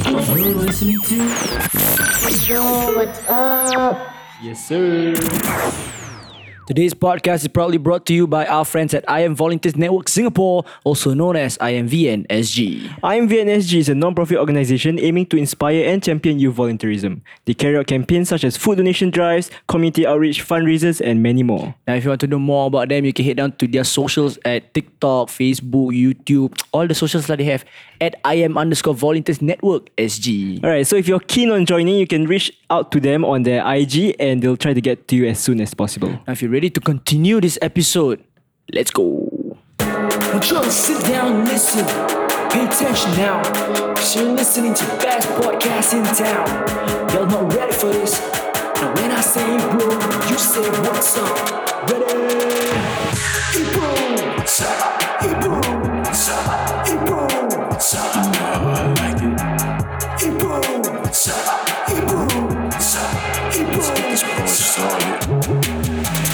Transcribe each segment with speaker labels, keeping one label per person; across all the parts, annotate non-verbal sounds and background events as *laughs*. Speaker 1: You're listening to
Speaker 2: Yo, what's up?
Speaker 1: Yes Sir.
Speaker 3: Today's podcast is proudly brought to you by our friends at IM Volunteers Network Singapore, also known as IMVNSG.
Speaker 4: IMVNSG is a non-profit organization aiming to inspire and champion youth volunteerism. They carry out campaigns such as food donation drives, community outreach, fundraisers, and many more.
Speaker 3: Now, if you want to know more about them, you can head down to their socials at TikTok, Facebook, YouTube, all the socials that they have at IM underscore Volunteers Network SG.
Speaker 4: Alright, so if you're keen on joining, you can reach out to them on their IG and they'll try to get to you as soon as possible.
Speaker 3: Now, if you're ready to continue this episode, let's go.
Speaker 1: Would you sit down and listen? Pay attention now. Cause you're listening to the best podcast in town. Y'all not ready for this. Now when I say bro, you say what's up. Ready? Hey bro, what's up? Hey bro, what's up? Hey bro, what's up? You know how I like it. Hey bro, what's up? Hey bro, what's up? Hey bro, what's up?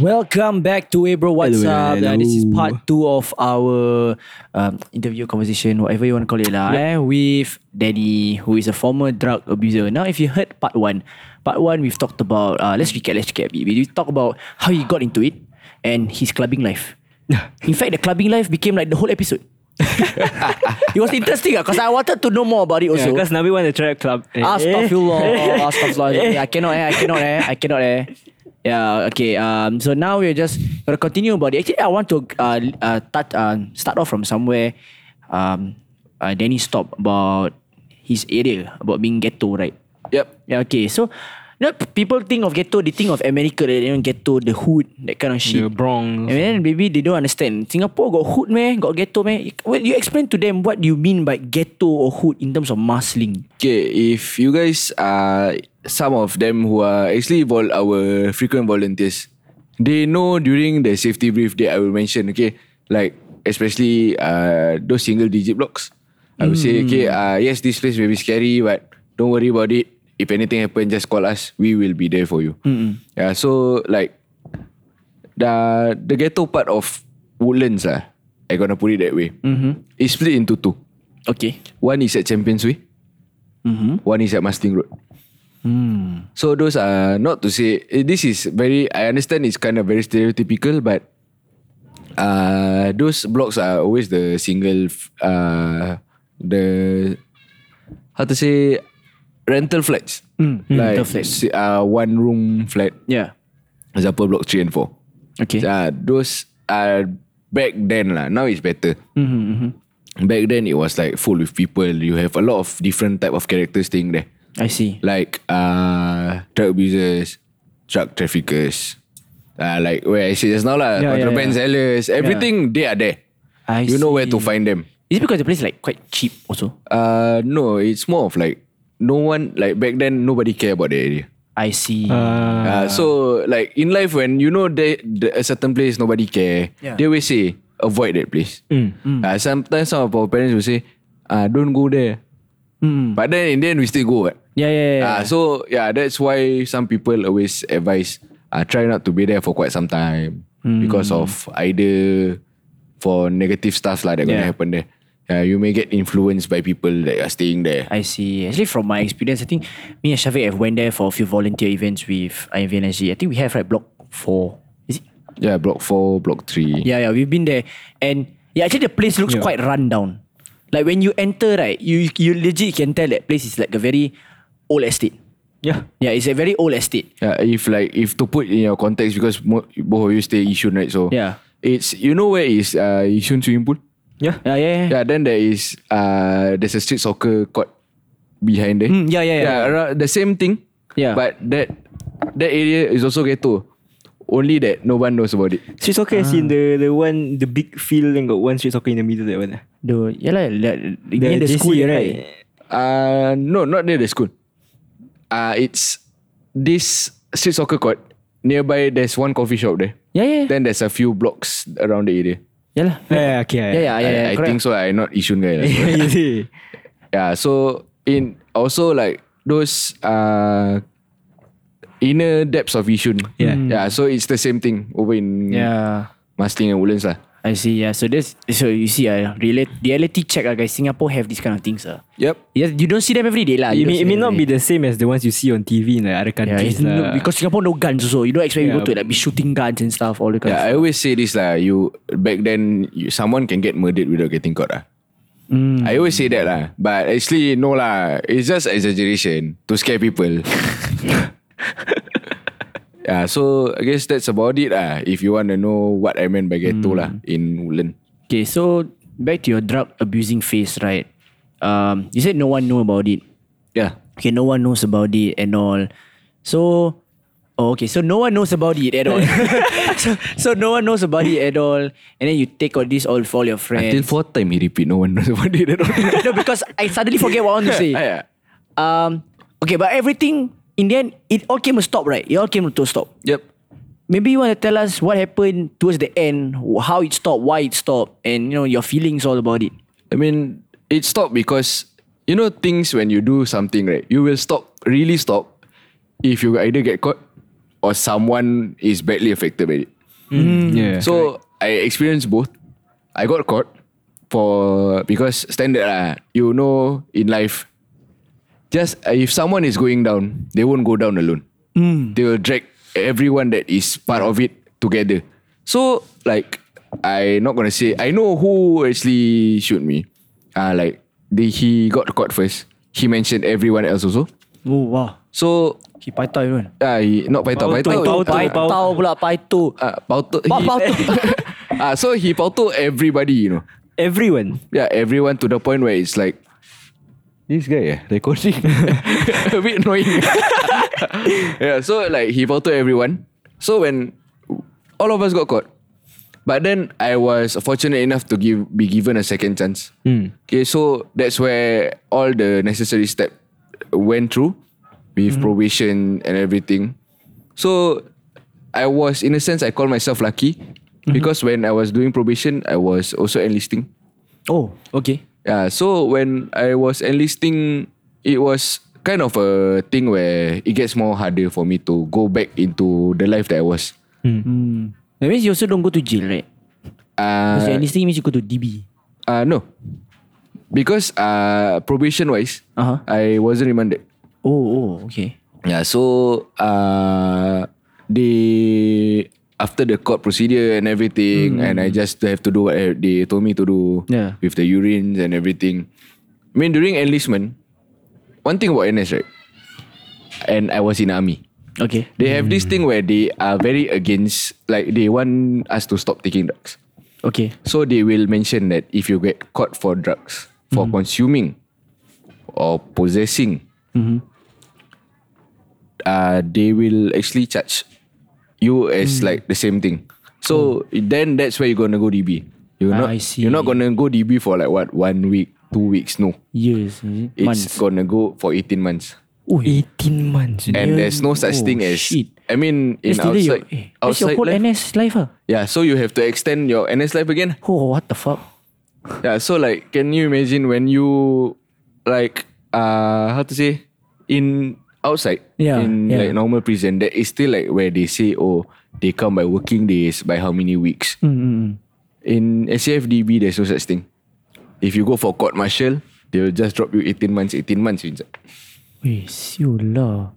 Speaker 3: Welcome back to Hey Bro What's
Speaker 4: Hello,
Speaker 3: Up.
Speaker 4: hello.
Speaker 3: Uh, this is part two of our um, interview conversation, whatever you want to call it, lah, eh, with Daddy, who is a former drug abuser. Now, if you heard part one, part one we've talked about. Uh, let's recap. Let's recap. We we talked about how he got into it and his clubbing
Speaker 4: *laughs*
Speaker 3: life. In fact, the clubbing life became like the whole episode. *laughs* it was interesting because I wanted to know more about it also.
Speaker 4: Yeah, because Nabi want to try a club. Eh, *laughs*
Speaker 3: Astaghfirullah
Speaker 4: eh.
Speaker 3: Astaghfirullah yeah, I cannot eh I cannot eh I cannot eh Yeah okay um, So now we're just Gonna continue about it Actually I want to uh, uh, touch, uh, Start off from somewhere um, uh, Danny stopped about His area About being ghetto right
Speaker 5: Yep.
Speaker 3: Yeah okay so you know, people think of ghetto, they think of America, they you know, ghetto, the hood, that kind of shit.
Speaker 4: The Bronx.
Speaker 3: And then maybe they don't understand. Singapore got hood meh? Got ghetto meh? Well, you explain to them what you mean by ghetto or hood in terms of muscling.
Speaker 5: Okay, if you guys are some of them who are actually vol- our frequent volunteers, they know during the safety brief that I will mention, okay, like especially uh, those single digit blocks. I will say, okay, uh, yes, this place may be scary, but don't worry about it. If anything happens, just call us. We will be there for you. Yeah, so like the the ghetto part of Woodlands, ah, I gonna put it that way. Mm-hmm. It's split into two.
Speaker 3: Okay.
Speaker 5: One is at Champions Way.
Speaker 3: Mm-hmm.
Speaker 5: One is at Mustang Road.
Speaker 3: Hmm.
Speaker 5: So those are not to say eh, this is very. I understand it's kind of very stereotypical, but uh, those blocks are always the single, f- uh, the how to say rental flats, like
Speaker 3: Hmm. rental flats.
Speaker 5: si- Uh, one room flat.
Speaker 3: Yeah.
Speaker 5: Example block three and four.
Speaker 3: Okay.
Speaker 5: Uh, those are back then lah. Now it's better.
Speaker 3: Mm-hmm,
Speaker 5: Back then it was like full with people. You have a lot of different type of characters staying there,
Speaker 3: I see.
Speaker 5: like uh, drug abusers, drug traffickers. Uh, like where I said just now lah,
Speaker 3: Yeah, yeah,
Speaker 5: contraband
Speaker 3: yeah.
Speaker 5: sellers, everything they are there.
Speaker 3: I
Speaker 5: you know where to
Speaker 3: see.
Speaker 5: find them.
Speaker 3: Is it because the place is like quite cheap also?
Speaker 5: Uh, no, it's more of like no one like back then nobody care about the area.
Speaker 3: I see.
Speaker 5: Uh, so like in life when you know there, there a certain place nobody care,
Speaker 3: Yeah. Mm.
Speaker 5: they will say avoid that place. Uh, sometimes some of our parents will say, uh, don't go there. But then in the end we still go. Right?
Speaker 3: yeah, yeah, Mm. yeah.
Speaker 5: Uh, so yeah, that's why some people always advise uh, try not to be there for quite some time
Speaker 3: Mm.
Speaker 5: because of either for negative stuff like that
Speaker 3: Yeah.
Speaker 5: gonna happen there. Uh, you may get influenced by people that are staying there.
Speaker 3: I see. Actually, from my experience, I think me and Shafiq have went there for a few volunteer events with IMVNSG. I think we have right block four. Is it?
Speaker 5: Yeah, block four, block three.
Speaker 3: Yeah, yeah. We've been there, and yeah, actually the place looks quite run down. Like when you enter, right, you you legit can tell that place is like a very old estate.
Speaker 4: Yeah.
Speaker 3: Yeah, it's a very old estate.
Speaker 5: Yeah, if like if to put in your context because mo- both of you stay Yishun right, so
Speaker 3: Yeah.
Speaker 5: it's you know where is uh, Yishun swimming pool.
Speaker 4: Yeah.
Speaker 3: Yeah, yeah, yeah.
Speaker 5: Yeah, then there is uh, there's a street soccer court behind there.
Speaker 3: Mm, yeah, yeah, yeah.
Speaker 5: arou- the same thing.
Speaker 3: Yeah.
Speaker 5: but that that area is also ghetto. Only that no one knows about it.
Speaker 4: Street soccer is
Speaker 3: Ah.
Speaker 4: in the, the one, the big field and got one street soccer in the middle, that one. eh.
Speaker 3: The yeah lah, the, near the
Speaker 4: JC,
Speaker 3: school right?
Speaker 5: Uh, no, not near the school. Uh, it's this street soccer court nearby. There's one coffee shop there.
Speaker 3: Yeah, yeah.
Speaker 5: Then there's a few blocks around the area.
Speaker 3: yeah lah.
Speaker 4: Yeah, yeah, okay.
Speaker 3: Yeah,
Speaker 4: *laughs*
Speaker 3: yeah, yeah. yeah
Speaker 5: I, I
Speaker 3: correct.
Speaker 5: think so. I not Yishun guy.
Speaker 3: *laughs*
Speaker 5: lah.
Speaker 4: you see?
Speaker 5: Yeah, so in also like those uh inner depths of Yishun.
Speaker 4: Yeah.
Speaker 5: Yeah, so it's the same thing over in
Speaker 3: Yeah.
Speaker 5: Mustang and Woodlands lah.
Speaker 3: I see. Yeah. So this, so you see, uh, reality, reality check, uh, guys. Singapore have these kind of things, uh.
Speaker 5: Yep.
Speaker 3: Yeah, you don't see them every day, lah.
Speaker 4: It
Speaker 3: You don't
Speaker 4: may,
Speaker 3: see
Speaker 4: it may
Speaker 3: them
Speaker 4: not
Speaker 3: every
Speaker 4: be
Speaker 3: day.
Speaker 4: the same as the ones you see on TV in like,
Speaker 3: Yeah,
Speaker 4: other countries.
Speaker 3: it's no,
Speaker 4: lah.
Speaker 3: because Singapore no guns, so you don't expect
Speaker 4: Yeah.
Speaker 3: people to like be shooting guns and stuff, all the kind.
Speaker 5: Yeah, I
Speaker 3: of stuff.
Speaker 5: always say this lah. You back then, you, someone can get murdered without getting caught lah. I always say that lah. But actually, no lah. It's just exaggeration to scare people. *laughs* yeah, so I guess that's about it lah. If you want to know what I meant by ghetto lah in Woodland.
Speaker 3: Okay, so back to your drug abusing phase, right? Um, you said no one knew about it.
Speaker 5: Yeah.
Speaker 3: Okay, no one knows about it and all. So, oh, okay, so no one knows about it at
Speaker 4: *laughs*
Speaker 3: all. *laughs* so, so no one knows about it at all, and then you take all this all for all your
Speaker 5: Until
Speaker 3: friends.
Speaker 5: fourth time he repeat, no one knows about it *laughs* at all.
Speaker 3: no, because I suddenly forget what I want
Speaker 4: *laughs*
Speaker 3: to say.
Speaker 5: Ah, Yeah.
Speaker 3: Um, okay, but everything in the end, it all came to stop, right? It all came to a stop.
Speaker 5: Yep.
Speaker 3: Maybe you want to tell us what happened towards the end, how it stopped, why it stopped, and you know your feelings all about it.
Speaker 5: I mean, it stopped because you know things when you do something right, you will stop, really stop, if you either get caught or someone is badly affected by it.
Speaker 4: mm, yeah.
Speaker 5: Mm. So I experienced both. I got caught for because standard lah, you know in life, just uh, if someone is going down, they won't go down alone. They will drag everyone that is part of it together. So like I not gonna say I know who actually shoot me. Ah, like the, he got caught first. He mentioned everyone else also.
Speaker 3: Oh wow,
Speaker 5: So
Speaker 3: he paitau kan?
Speaker 5: ah, he- not Paito,
Speaker 4: Pauto, Pauto,
Speaker 5: Paito, Paito,
Speaker 4: Pauto.
Speaker 3: Oh, Paitau pula paitau.
Speaker 5: Ah, Pauto,
Speaker 3: Pa-
Speaker 5: he-
Speaker 3: Pauto.
Speaker 5: *laughs* Ah, so he pauto everybody, you know.
Speaker 4: everyone.
Speaker 5: Yeah, everyone to the point where it's like this guy yeah, recording a bit annoying. *laughs* yeah, so like he pauto everyone. So when all of us got caught, but then I was fortunate enough to give be given a second chance. Okay, so that's where all the necessary step went through with probation and everything. So I was in a sense I call myself lucky because when I was doing probation, I was also enlisting.
Speaker 3: Oh, okay.
Speaker 5: Yeah, so when I was enlisting, it was kind of a thing where it gets more harder for me to go back into the life that I was.
Speaker 3: Hmm. That means you also don't go to jail, right? Because
Speaker 5: Uh,
Speaker 3: enlisting means you go to DB.
Speaker 5: uh no. Because uh probation wise,
Speaker 3: Uh-huh.
Speaker 5: I wasn't remanded.
Speaker 3: Oh, oh, okay.
Speaker 5: Yeah, Ya, so uh they after the court procedure and everything, and I just have to do what I- they told me to do
Speaker 3: Yeah.
Speaker 5: with the urines and everything. I mean, during enlistment, one thing about NS, right? And I was in army.
Speaker 3: Okay.
Speaker 5: They have this thing where they are very against, like they want us to stop taking drugs.
Speaker 3: Okay.
Speaker 5: So they will mention that if you get caught for drugs, for
Speaker 3: Mm-hmm.
Speaker 5: consuming or possessing,
Speaker 3: Mm-hmm.
Speaker 5: uh, they will actually charge you
Speaker 3: Mm.
Speaker 5: as like the same thing. So then that's where you're gonna go DB. You're
Speaker 3: Ah,
Speaker 5: not
Speaker 3: Oh. I see.
Speaker 5: you're not gonna go DB for like what one week, two weeks. No,
Speaker 3: Years. is it?
Speaker 5: it's
Speaker 3: Months.
Speaker 5: gonna go for eighteen months.
Speaker 3: Oh,
Speaker 4: 18 months. you know.
Speaker 5: And there's no such
Speaker 3: Oh,
Speaker 5: thing as
Speaker 3: shit.
Speaker 5: I mean in
Speaker 3: That's delay
Speaker 5: outside
Speaker 3: your, eh, that's
Speaker 5: outside
Speaker 3: your whole
Speaker 5: life-
Speaker 3: NS life, ah.
Speaker 5: Yeah, so you have to extend your NS life again.
Speaker 3: Oh, what the fuck?
Speaker 5: Yeah, so like, can you imagine when you, like, uh, how to say, in outside,
Speaker 3: Yeah,
Speaker 5: in
Speaker 3: yeah.
Speaker 5: like normal prison, that is still like where they say, oh, they come by working days, by how many weeks.
Speaker 3: Mm,
Speaker 5: In SAFDB, there's no such thing. If you go for court martial, they'll just drop you 18 months, 18 months inside.
Speaker 3: Weh, Eh, siu lah.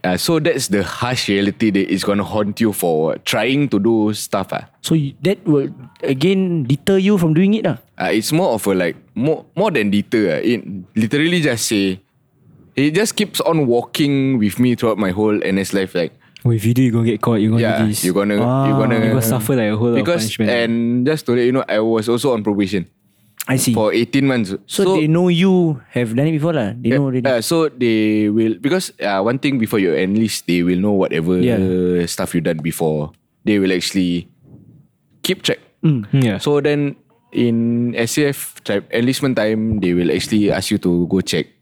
Speaker 5: Uh, so that's the harsh reality that is gonna haunt you for trying to do stuff. Ah,
Speaker 3: So you, that will again deter you from doing it, lah.
Speaker 5: Uh, it's more of a like more more than deter. ah. It literally just say it just keeps on walking with me throughout my whole NS life. Like
Speaker 4: Oh, if you do, you're going to get caught. You're going to
Speaker 5: Eh. yeah,
Speaker 4: do this.
Speaker 5: you're gonna
Speaker 4: Oh,
Speaker 5: you're
Speaker 4: Ah,
Speaker 5: gonna
Speaker 4: you gonna suffer like a whole lot of
Speaker 5: because
Speaker 4: punishment.
Speaker 5: and just to let you know, I was also on probation
Speaker 3: I see.
Speaker 5: for 18 months.
Speaker 3: so, they know you have done it before, lah. They know already.
Speaker 5: Yeah, uh, so they will because uh, one thing before you enlist, they will know whatever
Speaker 3: Yeah.
Speaker 5: stuff you done before. They will actually keep track.
Speaker 4: Mm, yeah. So,
Speaker 5: So then in SAF type, enlistment time, they will actually ask you to go check.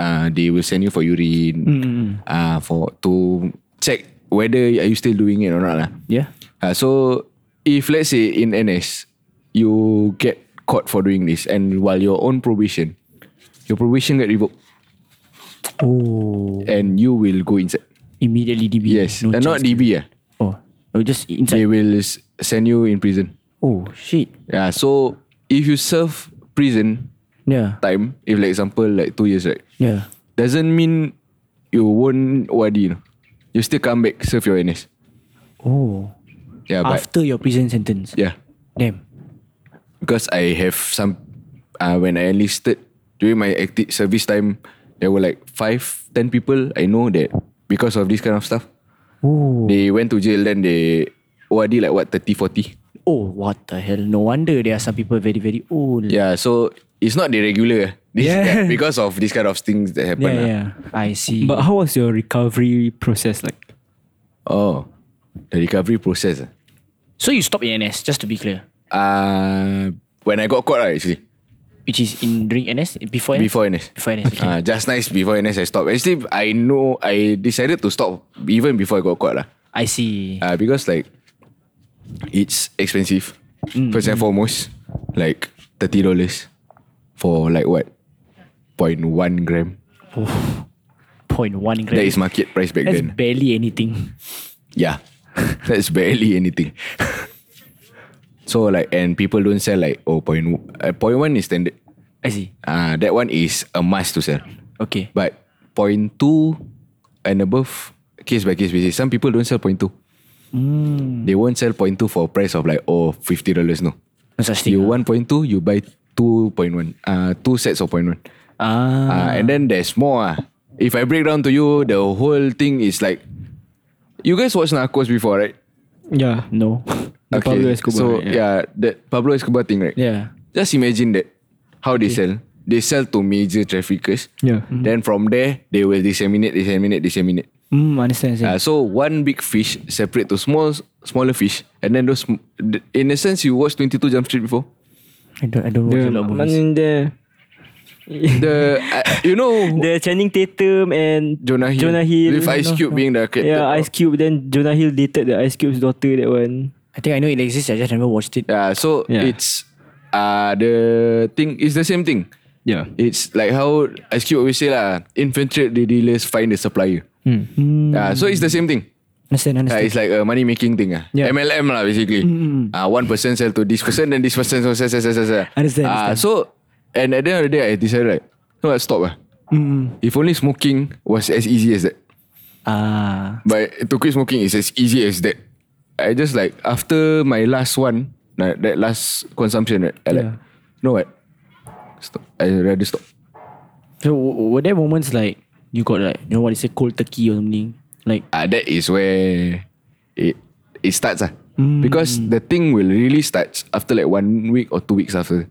Speaker 5: Uh, they will send you for urine
Speaker 3: Mm-hmm.
Speaker 5: uh, for to check whether are you still doing it or not. lah.
Speaker 3: yeah.
Speaker 5: Uh, so if let's say in NS, you get caught for doing this and while you're on probation, your probation get revoked
Speaker 3: Oh,
Speaker 5: and you will go inside.
Speaker 3: immediately DB.
Speaker 5: Yes.
Speaker 3: No
Speaker 5: and not
Speaker 3: chance.
Speaker 5: DB. Yeah.
Speaker 3: Oh, oh, just
Speaker 5: They
Speaker 3: inside.
Speaker 5: will s- send you in prison.
Speaker 3: Oh shit.
Speaker 5: Yeah, so if you serve prison
Speaker 3: Yeah.
Speaker 5: time, if like example like two years, right?
Speaker 3: Yeah.
Speaker 5: Doesn't mean you won't OID. You, know? you still come back serve your NS.
Speaker 3: Oh.
Speaker 5: Yeah, but
Speaker 3: After your prison sentence.
Speaker 5: yeah,
Speaker 3: Damn.
Speaker 5: because I have some. Uh, when I enlisted during my active service time, there were like five, ten people I know that because of this kind of stuff,
Speaker 3: Oh.
Speaker 5: they went to jail. Then they OID like what 30, 40.
Speaker 3: Oh, what the hell? No wonder there are some people very, very old.
Speaker 5: Yeah, so it's not the *laughs* regular. This,
Speaker 3: Yeah.
Speaker 5: because of this kind of things that happen.
Speaker 3: Yeah,
Speaker 5: lah.
Speaker 3: yeah. I see.
Speaker 4: But how was your recovery process like?
Speaker 5: Oh, the recovery process. ah.
Speaker 3: so you stopped in NS, just to be clear.
Speaker 5: Uh, when I got caught ah, actually
Speaker 3: Which is in during NS? Before NS?
Speaker 5: before NS.
Speaker 3: Before NS, Eh? okay.
Speaker 5: Ah, just nice before NS I stopped. Actually, I know I decided to stop even before I got caught lah.
Speaker 3: I see.
Speaker 5: Uh, because like it's expensive.
Speaker 3: Mm.
Speaker 5: First and foremost, like thirty dollars for like what 0.1 gram.
Speaker 3: Point one gram.
Speaker 5: That is market price back
Speaker 3: That's
Speaker 5: then.
Speaker 3: barely anything. *laughs*
Speaker 5: Yeah. *laughs* That's barely anything. so like and people don't sell like oh point uh, point one is standard.
Speaker 3: I see.
Speaker 5: Uh, that one is a must to sell.
Speaker 3: Okay.
Speaker 5: But point two and above, case by case basis. Some people don't sell point two.
Speaker 3: Mm,
Speaker 5: They won't sell point two for a price of like oh fifty dollars. No.
Speaker 3: No such thing.
Speaker 5: You
Speaker 3: ah.
Speaker 5: want point two, you buy two point one. Uh two sets of point one.
Speaker 3: Ah.
Speaker 5: Uh, and then there's more. ah. If I break down to you, the whole thing is like you guys watched Narcos before, right?
Speaker 4: Yeah.
Speaker 3: No. *laughs*
Speaker 4: The Pablo Escobar.
Speaker 5: So
Speaker 4: right?
Speaker 5: yeah. that Pablo Escobar thing, right?
Speaker 3: yeah.
Speaker 5: Just imagine that how they sell. They sell to major traffickers.
Speaker 4: Yeah. Mhm.
Speaker 5: Then from there they will disseminate, disseminate, disseminate.
Speaker 3: Mm, understand. understand.
Speaker 5: Uh, so one big fish separate to small, smaller fish, and then those. sm- th- In a sense, you watched Twenty Two Jump Street before.
Speaker 3: I don't. I don't watch a
Speaker 4: The,
Speaker 3: lot of movies.
Speaker 4: man, the,
Speaker 5: The *laughs* uh, you know
Speaker 4: the Channing Tatum and
Speaker 5: Jonah Hill,
Speaker 4: Jonah Hill.
Speaker 5: with Ice Cube being the captain.
Speaker 4: Yeah, Ice Cube. Then Jonah Hill dated the Ice Cube's daughter. That one.
Speaker 3: I think I know it exists. I just never watched it.
Speaker 5: Yeah, so
Speaker 4: Yeah.
Speaker 5: it's uh the thing is the same thing.
Speaker 4: Yeah.
Speaker 5: It's like how Ice Cube always say lah, infiltrate the dealers, find the supplier. Yeah, so it's the same thing.
Speaker 3: Understand.
Speaker 5: Uh,
Speaker 3: Understand.
Speaker 5: it's like a money making thing. ah.
Speaker 3: Yeah. Mm,
Speaker 5: MLM lah basically. Uh, one person sell to this person, then this person sell, sell, sell, sell, sell, sell.
Speaker 3: Understand,
Speaker 5: Ah,
Speaker 3: understand.
Speaker 5: so, and at the end of the day, I decided like, no, I stop. ah.
Speaker 3: Mm,
Speaker 5: If only smoking was as easy as that.
Speaker 3: Ah.
Speaker 5: But to quit smoking is as easy as that. I just like after my last one, like that last consumption, right, I like,
Speaker 4: Yeah.
Speaker 5: you know what? Stop. I rather stop.
Speaker 3: So w- were there moments like you got like you know what they say cold turkey or something like
Speaker 5: Ah, that is where it it starts ah.
Speaker 3: Hmm.
Speaker 5: Because the thing will really start after like one week or two weeks after.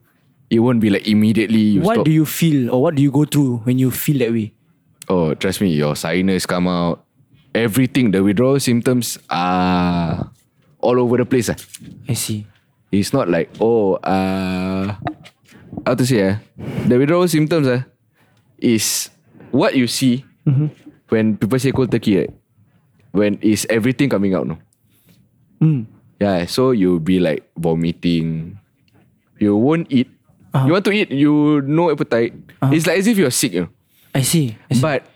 Speaker 5: It won't be like immediately you
Speaker 3: what
Speaker 5: stop.
Speaker 3: do you feel or what do you go through when you feel that way?
Speaker 5: oh, trust me, your sinus come out. Everything, the withdrawal symptoms are all over the place. Ah.
Speaker 3: I see.
Speaker 5: It's not like oh uh how to say uh, the withdrawal symptoms uh, is what you see when people say cold turkey right? when is everything coming out no yeah so you'll be like vomiting you won't eat you want to eat you no appetite it's like as if you're sick you know?
Speaker 3: I see. I see.
Speaker 5: But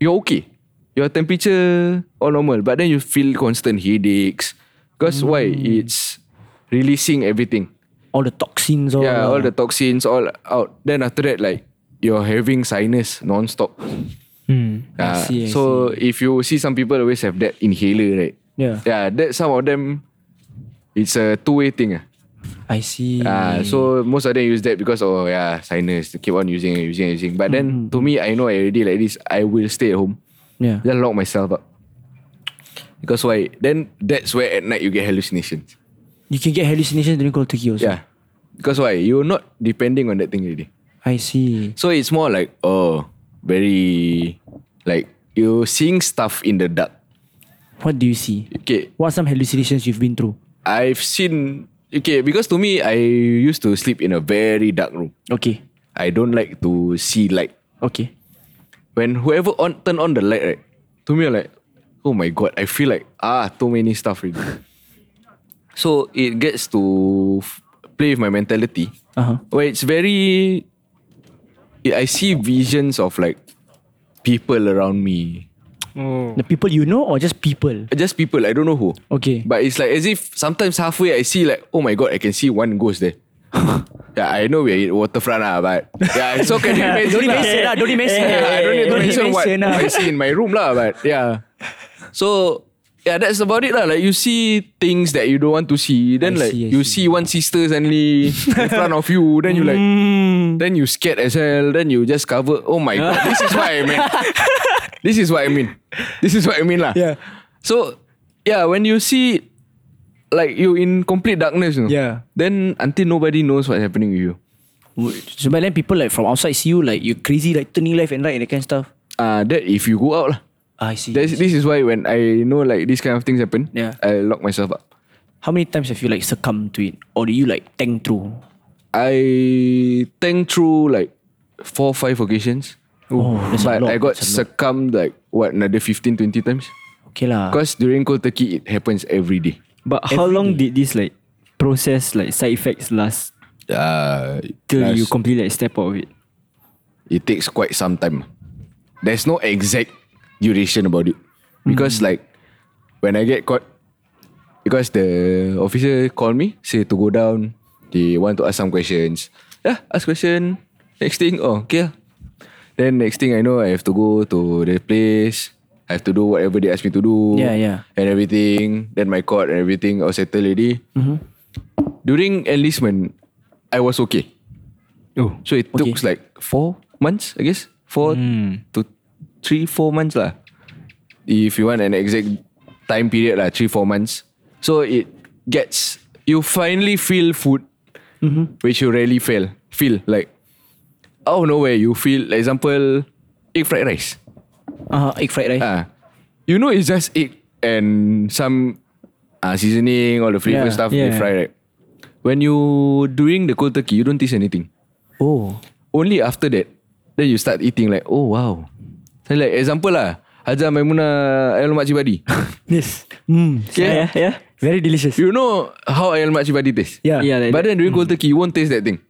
Speaker 5: you're okay. Your temperature all normal, but then you feel constant headaches. Because
Speaker 3: Mm.
Speaker 5: why? It's releasing everything.
Speaker 3: all the toxins. All
Speaker 5: Yeah, all the toxins all out. Then after that, like you're having sinus non-stop.
Speaker 3: Hmm. I
Speaker 5: Ah,
Speaker 3: see, I
Speaker 5: so if you see some people always have that inhaler, right?
Speaker 3: Yeah.
Speaker 5: Yeah, that some of them, it's a two-way thing. ah.
Speaker 3: I see.
Speaker 5: Ah, so most of them use that because oh yeah, sinus. They keep on using and using and using. But
Speaker 3: Mm-hmm.
Speaker 5: then to me, I know I already like this. I will stay at home.
Speaker 3: yeah.
Speaker 5: Just lock myself up. Because why? Then that's where at night you get hallucinations.
Speaker 3: You can get hallucinations during cold turkey also.
Speaker 5: Yeah. Because why? You're not depending on that thing already.
Speaker 3: I see.
Speaker 5: So it's more like oh, very like you're seeing stuff in the dark.
Speaker 3: What do you see?
Speaker 5: Okay,
Speaker 3: What are some hallucinations you've been through?
Speaker 5: I've seen. Okay, because to me, I used to sleep in a very dark room.
Speaker 3: Okay.
Speaker 5: I don't like to see light.
Speaker 3: Okay.
Speaker 5: when whoever on turn on the light, right? To me, I'm like, oh my god, I feel like ah, too many stuff already. so it gets to f- play with my mentality,
Speaker 3: Uh-huh.
Speaker 5: where it's very. I see visions of like people around me,
Speaker 3: The people you know or just people?
Speaker 5: Just people, I don't know who.
Speaker 3: Okay.
Speaker 5: But it's like as if sometimes halfway I see like, oh my god, I can see one ghost there. *laughs* yeah, I know we're in waterfront lah, but yeah, it's okay. Don't
Speaker 3: *laughs* Don't
Speaker 5: imagine lah.
Speaker 3: mention
Speaker 5: *laughs*
Speaker 3: lah. Don't mention.
Speaker 5: Yeah, I don't need to
Speaker 3: Don't
Speaker 5: mention what
Speaker 3: mention lah.
Speaker 5: I see in my room lah, but yeah. So yeah, that's about it lah. Like you see things that you don't want to see, then
Speaker 3: I
Speaker 5: like
Speaker 3: see, I
Speaker 5: you
Speaker 3: see.
Speaker 5: see one sister suddenly in front of you, then you like,
Speaker 3: Hmm.
Speaker 5: then you scared as hell, then you just cover. Oh my god, this is what
Speaker 3: *laughs*
Speaker 5: I mean. this is what I mean. This is what I mean lah.
Speaker 3: Yeah.
Speaker 5: So yeah, when you see like you in complete darkness, you know,
Speaker 3: Yeah.
Speaker 5: Then until nobody knows what's happening with you.
Speaker 3: So but then people like from outside see you like you crazy like turning left and right and that kind of stuff.
Speaker 5: Uh, that if you go out lah.
Speaker 3: I see.
Speaker 5: That's, this is why when I know like these kind of things happen,
Speaker 3: Yeah.
Speaker 5: I lock myself up.
Speaker 3: How many times have you like succumbed to it, or do you like tank through?
Speaker 5: I think through like four five occasions.
Speaker 3: Oh, that's a
Speaker 5: but
Speaker 3: lot.
Speaker 5: I got
Speaker 3: that's a lot.
Speaker 5: succumbed like what another 15, 20 times.
Speaker 3: Okay lah.
Speaker 5: Because during cold turkey, it happens every day.
Speaker 4: But how long did this like process like side effects last
Speaker 5: Uh,
Speaker 4: till
Speaker 5: last-
Speaker 4: you completely like step out of it?
Speaker 5: it takes quite some time. There's no exact duration about it. Because
Speaker 3: Hmm.
Speaker 5: like when I get caught, because the officer called me, say to go down, they want to ask some questions. Yeah, ask question. Next thing, oh okay. lah. Then next thing I know I have to go to the place. I have to do whatever they ask me to do.
Speaker 3: Yeah, yeah.
Speaker 5: And everything. Then my court and everything all settled already. During enlistment, I was okay.
Speaker 4: Oh.
Speaker 5: So it
Speaker 3: Okay.
Speaker 5: took like four months, I guess. Four to three, four months lah. If you want an exact time period lah, three, four months. So it gets you finally feel food, which you rarely feel. Feel like out of nowhere you feel. Like example, egg fried rice.
Speaker 3: uh, egg fried
Speaker 4: Eh,
Speaker 3: rice.
Speaker 5: Ah, you know it's just egg and some uh, seasoning, all the flavor
Speaker 3: Yeah,
Speaker 5: stuff they
Speaker 4: yeah.
Speaker 5: fry right. When you doing the cold turkey, you don't taste anything
Speaker 3: oh,
Speaker 5: only after that then you start eating like oh wow so like example lah Hajar Maimunah Ayam Lemak
Speaker 4: *laughs*
Speaker 5: Cibadi
Speaker 3: yes. Mm.
Speaker 5: okay
Speaker 4: Yeah, yeah.
Speaker 3: Very delicious.
Speaker 5: you know how Ayam Lemak Cibadi tastes
Speaker 3: Yeah.
Speaker 4: Yeah, like that. Ah.
Speaker 5: but then during cold turkey you won't taste that thing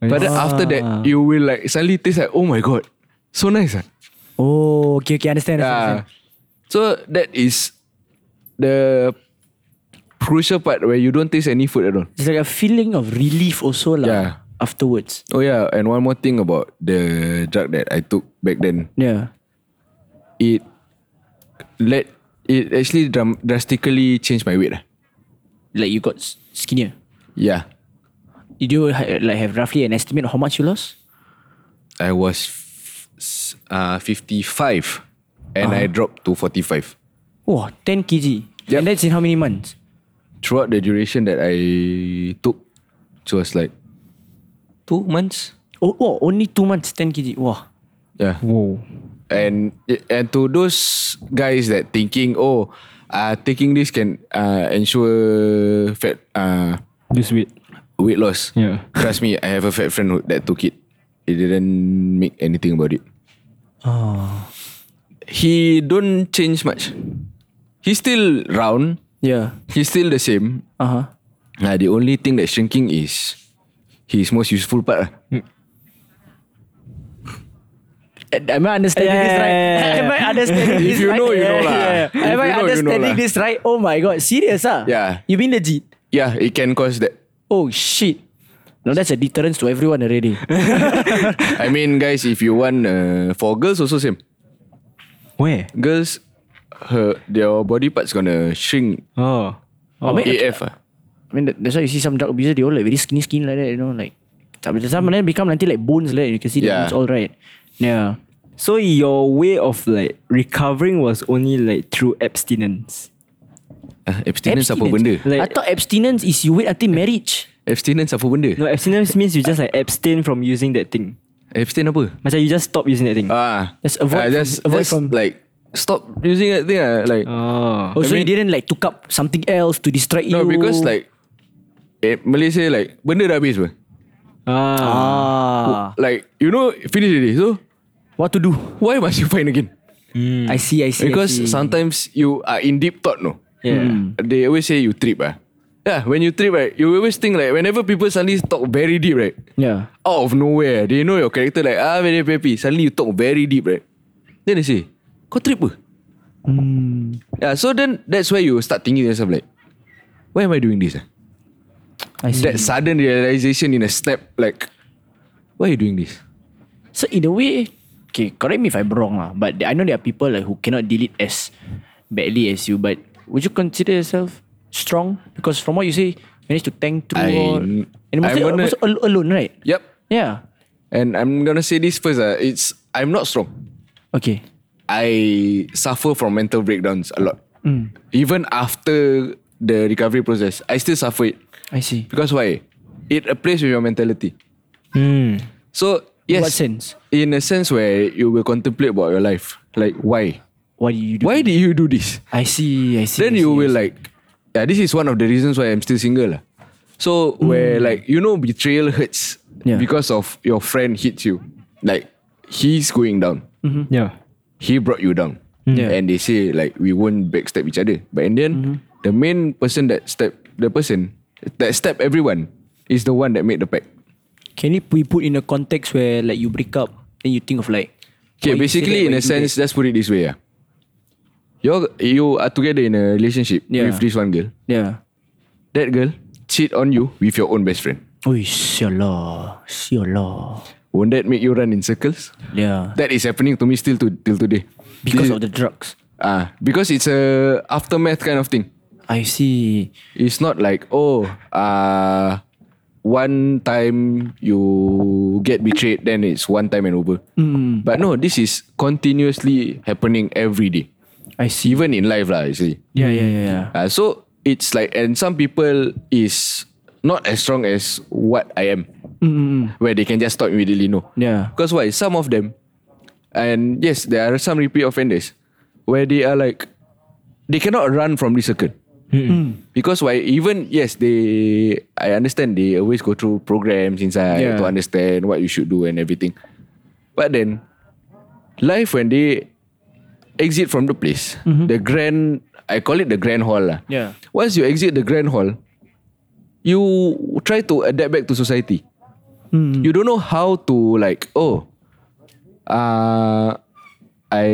Speaker 5: but then after that you will like suddenly taste like oh my god so nice ah.
Speaker 3: Oh, okay, okay, understand.
Speaker 5: Ah.
Speaker 3: understand,
Speaker 5: so that is the crucial part where you don't taste any food at all
Speaker 3: understand. It's like a feeling of relief also lah.
Speaker 5: Yeah.
Speaker 3: Afterwards.
Speaker 5: oh yeah and one more thing about the drug that I took back then
Speaker 3: Yeah.
Speaker 5: it let it actually dram- drastically changed my weight. lah.
Speaker 3: Like you got s- skinnier.
Speaker 5: Yeah,
Speaker 3: Did you ha- like have roughly an estimate of how much you lost?
Speaker 5: I was f- s- uh, 55 and I dropped to 45
Speaker 3: Oh, 10 kg.
Speaker 5: Yep.
Speaker 3: And that's in how many months?
Speaker 5: throughout the duration that I took. It was like two months.
Speaker 3: Oh, oh only two months, 10 kg. Wow.
Speaker 5: Yeah,
Speaker 4: Whoa.
Speaker 5: and and to those guys that thinking, oh, uh, taking this can uh, ensure fat uh,
Speaker 4: Lose weight.
Speaker 5: weight loss.
Speaker 4: Yeah.
Speaker 5: Trust me, I have a fat friend who, that took it. He didn't make anything about it. He don't change much. He's still round.
Speaker 3: Yeah.
Speaker 5: He's still the same.
Speaker 3: Uh huh.
Speaker 5: Uh, the only thing that's shrinking is his most useful part. lah.
Speaker 3: Am I understanding
Speaker 4: Yeah,
Speaker 3: this right?
Speaker 4: yeah, yeah,
Speaker 3: Am I understanding
Speaker 5: If
Speaker 3: this
Speaker 5: you
Speaker 3: right?
Speaker 5: know, you know lah. If you
Speaker 3: Am I
Speaker 5: know, you know
Speaker 3: understanding
Speaker 5: lah.
Speaker 3: this right? Oh my god, serious ah?
Speaker 5: Yeah.
Speaker 3: You mean legit?
Speaker 5: Yeah, it can cause that.
Speaker 3: Oh shit. Now that's a deterrence to everyone already.
Speaker 5: I mean, guys, if you want uh, for girls also same.
Speaker 4: Where?
Speaker 5: Girls, her their body parts gonna shrink
Speaker 4: Oh.
Speaker 3: I mean,
Speaker 5: AF. ah.
Speaker 3: I mean that- that's why you see some drug abusers they all like very skinny skin like that, you know, like some some of them become until like bones like that. you can see
Speaker 5: Yeah.
Speaker 3: the bones all right. Yeah.
Speaker 4: So your way of like recovering was only like through abstinence.
Speaker 5: Ah, abstinence apa benda?
Speaker 3: Abstinence. I
Speaker 4: Like-
Speaker 3: thought abstinence is you wait until marriage.
Speaker 5: Abstinence apa benda?
Speaker 4: No, abstinence means you just like abstain from using that thing.
Speaker 5: Abstain apa?
Speaker 4: Macam you just stop using that thing.
Speaker 5: Ah,
Speaker 3: Just avoid
Speaker 5: ah,
Speaker 3: from-
Speaker 5: just,
Speaker 3: avoid
Speaker 5: just
Speaker 3: from-
Speaker 5: like stop using that thing. ah, Like
Speaker 4: oh.
Speaker 3: Oh, so you
Speaker 5: mean-
Speaker 3: didn't like took up something else to distract
Speaker 5: no,
Speaker 3: you.
Speaker 5: because like eh, Malay say like benda dah habis apa?
Speaker 4: Ah.
Speaker 3: ah,
Speaker 5: Like you know finish already. So
Speaker 3: what to do?
Speaker 5: why must you find again?
Speaker 4: Hmm.
Speaker 3: I see, I see. I
Speaker 5: Because
Speaker 3: see.
Speaker 5: sometimes you are in deep thought. No,
Speaker 4: Yeah.
Speaker 5: they always say you trip. Ah, yeah. When you trip, right, you always think like whenever people suddenly talk very deep, right,
Speaker 3: yeah.
Speaker 5: out of nowhere, they know your character like ah very happy. Suddenly you talk very deep, right? Then they say, kau trip apa?
Speaker 3: Hmm.
Speaker 5: Yeah, so then that's where you start thinking to yourself like, why am I doing this? ah?
Speaker 3: I see.
Speaker 5: That sudden realization in a step like, why are you doing this?
Speaker 3: So in a way, okay, correct me if I'm wrong lah, but I know there are people like who cannot delete as badly as you. But would you consider yourself strong? Because from what you say, managed to tank through.
Speaker 5: I-
Speaker 3: all, and mostly,
Speaker 5: I'm gonna-
Speaker 3: also al- alone, right?
Speaker 5: Yep.
Speaker 3: Yeah.
Speaker 5: And I'm gonna say this first. Uh, it's I'm not strong.
Speaker 3: Okay.
Speaker 5: I suffer from mental breakdowns a lot.
Speaker 3: Hmm.
Speaker 5: Even after the recovery process, I still suffer it.
Speaker 3: I see.
Speaker 5: Because why? It plays with your mentality.
Speaker 3: Hmm.
Speaker 5: So yes.
Speaker 3: what sense?
Speaker 5: In a sense where you will contemplate about your life. Like why?
Speaker 3: What do you do?
Speaker 5: Why did you do this?
Speaker 3: I see. I see.
Speaker 5: Then
Speaker 3: I
Speaker 5: you
Speaker 3: see, I
Speaker 5: will
Speaker 3: see.
Speaker 5: like yeah, this is one of the reasons why I'm still single. lah. So where like you know betrayal hurts
Speaker 3: Mm. Yeah.
Speaker 5: because of your friend hits you. Like he's going down.
Speaker 3: Mm-hmm.
Speaker 4: Yeah.
Speaker 5: He brought you down.
Speaker 3: Mm. Yeah. Mm-hmm.
Speaker 5: And they say like we won't backstab each other. But in the end, the main person that step the person that step everyone is the one that made the pact.
Speaker 3: Can it be put in a context where like you break up, then you think of like.
Speaker 5: Okay,
Speaker 3: why Oh, you say that,
Speaker 5: basically in
Speaker 3: why you
Speaker 5: a
Speaker 3: do that?
Speaker 5: sense, let's put it this way. Yeah. You're, you are together in a relationship
Speaker 3: Yeah.
Speaker 5: with this one girl.
Speaker 3: Yeah.
Speaker 5: That girl cheat on you with your own best friend.
Speaker 3: Oh, sialah, sialah.
Speaker 5: Won't that make you run in circles?
Speaker 3: Yeah.
Speaker 5: That is happening to me still to till today.
Speaker 3: because of the drugs.
Speaker 5: ah because it's a aftermath kind of thing.
Speaker 3: I see.
Speaker 5: It's not like oh uh one time you get betrayed then it's one time and over.
Speaker 3: Hmm.
Speaker 5: But no, this is continuously happening every day.
Speaker 3: I see.
Speaker 5: Even in life lah, actually.
Speaker 3: Yeah, yeah, yeah, yeah.
Speaker 5: Uh, so it's like, and some people is not as strong as what I am, where they can just stop immediately. No,
Speaker 3: Yeah.
Speaker 5: Because why? Some of them, and yes, there are some repeat offenders, where they are like, they cannot run from this circle. Because why? Even yes, they I understand they always go through programs inside
Speaker 3: Yeah.
Speaker 5: to understand what you should do and everything. But then, life when they exit from the place, the grand I call it the grand hall. lah.
Speaker 3: Mm-hmm. Yeah.
Speaker 5: Once you exit the grand hall, you try to adapt back to society.
Speaker 3: Hmm.
Speaker 5: You don't know how to like, oh, uh, I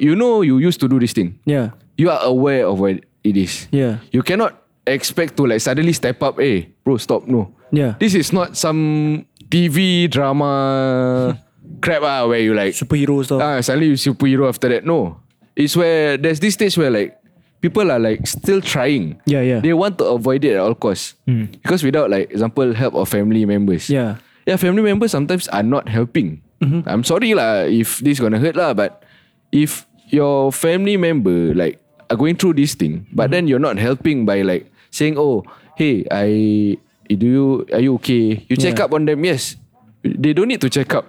Speaker 5: you know you used to do this thing.
Speaker 3: Yeah.
Speaker 5: You are aware of what it is.
Speaker 3: Yeah.
Speaker 5: You cannot expect to like suddenly step up, eh, bro, stop, no.
Speaker 3: Yeah.
Speaker 5: This is not some TV
Speaker 3: *laughs*
Speaker 5: drama crap ah, where you like
Speaker 3: Superhero stuff.
Speaker 5: Ah, suddenly you superhero after that. No. It's where there's this stage where like people are like still trying.
Speaker 3: Yeah, yeah. Hmm.
Speaker 5: They want to avoid it at all costs. Because without like example help of family members.
Speaker 3: Yeah.
Speaker 5: Yeah, family members sometimes are not helping. I'm sorry lah if this gonna hurt lah, but if your family member like are going through this thing, but then you're not helping by like saying, Oh, hey, I do you are you okay? You check
Speaker 3: Yeah.
Speaker 5: up on them, yes. They don't need to check up.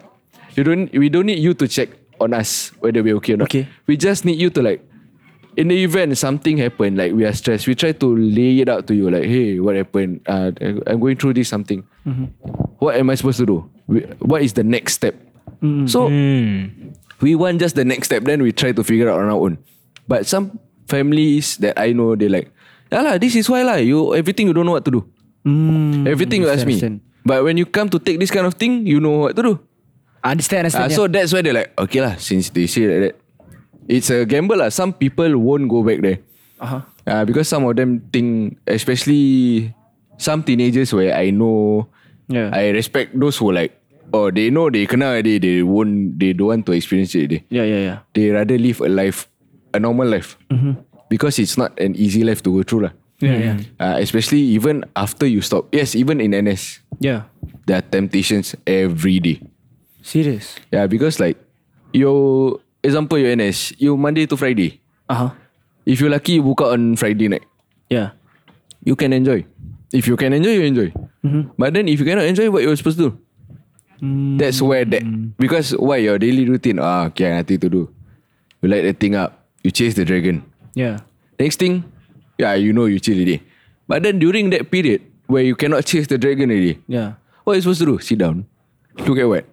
Speaker 5: You don't we don't need you to check on us whether we're okay or not.
Speaker 3: Okay.
Speaker 5: We just need you to like in the event something happened, like we are stressed, we try to lay it out to you, like, hey, what happened? Uh, I'm going through this something.
Speaker 3: Mm-hmm.
Speaker 5: What am I supposed to do? We- What is the next step?
Speaker 3: Mm-hmm.
Speaker 5: So
Speaker 3: Hmm.
Speaker 5: we want just the next step, then we try to figure out on our own. But some families that I know, they like, yeah lah, this is why lah. You everything you don't know what to do. everything you ask me.
Speaker 3: Mm, understand,
Speaker 5: But when you come to take this kind of thing, you know what to do.
Speaker 3: Understand,
Speaker 5: Ah,
Speaker 3: understand.
Speaker 5: so that's why they're like, okay lah, since they say like that, it's a gamble lah. Some people won't go back there.
Speaker 3: Uh-huh.
Speaker 5: Ah, because some of them think, especially some teenagers where I know,
Speaker 3: Yeah.
Speaker 5: I respect those who like, oh, they know they kena already, they won't, they don't want to experience it already.
Speaker 3: yeah, yeah, yeah.
Speaker 5: They rather live a life, a normal life. Because it's not an easy life to go through lah.
Speaker 3: Yeah, Mm-hmm. yeah.
Speaker 5: Ah, especially even after you stop. Yes, even in NS,
Speaker 3: Yeah.
Speaker 5: there are temptations every day.
Speaker 3: Serious.
Speaker 5: Yeah, because like you example your NS, you Monday to Friday.
Speaker 3: Uh huh.
Speaker 5: If you're lucky, you book out on Friday night.
Speaker 3: Yeah.
Speaker 5: You can enjoy. If you can enjoy, you enjoy. But then if you cannot enjoy, what you're supposed to do? That's where that because why your daily routine? Ah, okay, nothing to do. You light the thing up. You chase the dragon.
Speaker 3: Yeah.
Speaker 5: Next thing, yeah, you know you chill already. But then during that period where you cannot chase the dragon already,
Speaker 3: Yeah.
Speaker 5: what you supposed to do? Sit down. Look at what?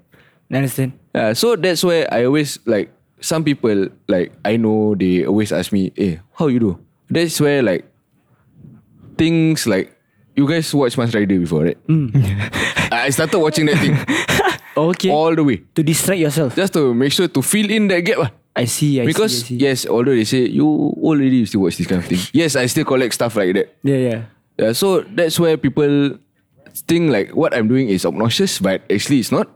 Speaker 3: Understand.
Speaker 5: Yeah, so that's why I always like some people like I know they always ask me, "Hey, how you do?" That's where like things like you guys watch Mass Rider before, right? *laughs* I started watching that thing
Speaker 3: Hmm. *laughs* Okay.
Speaker 4: Oh.
Speaker 5: all the way
Speaker 3: to distract yourself.
Speaker 5: just to make sure to fill in that gap. ah.
Speaker 3: I see. I
Speaker 5: because
Speaker 3: see, I see.
Speaker 5: yes, although they say you old already, you still watch this kind of thing. yes, I still collect stuff like that.
Speaker 3: yeah, yeah.
Speaker 5: Yeah, so that's where people think like what I'm doing is obnoxious, but actually it's not.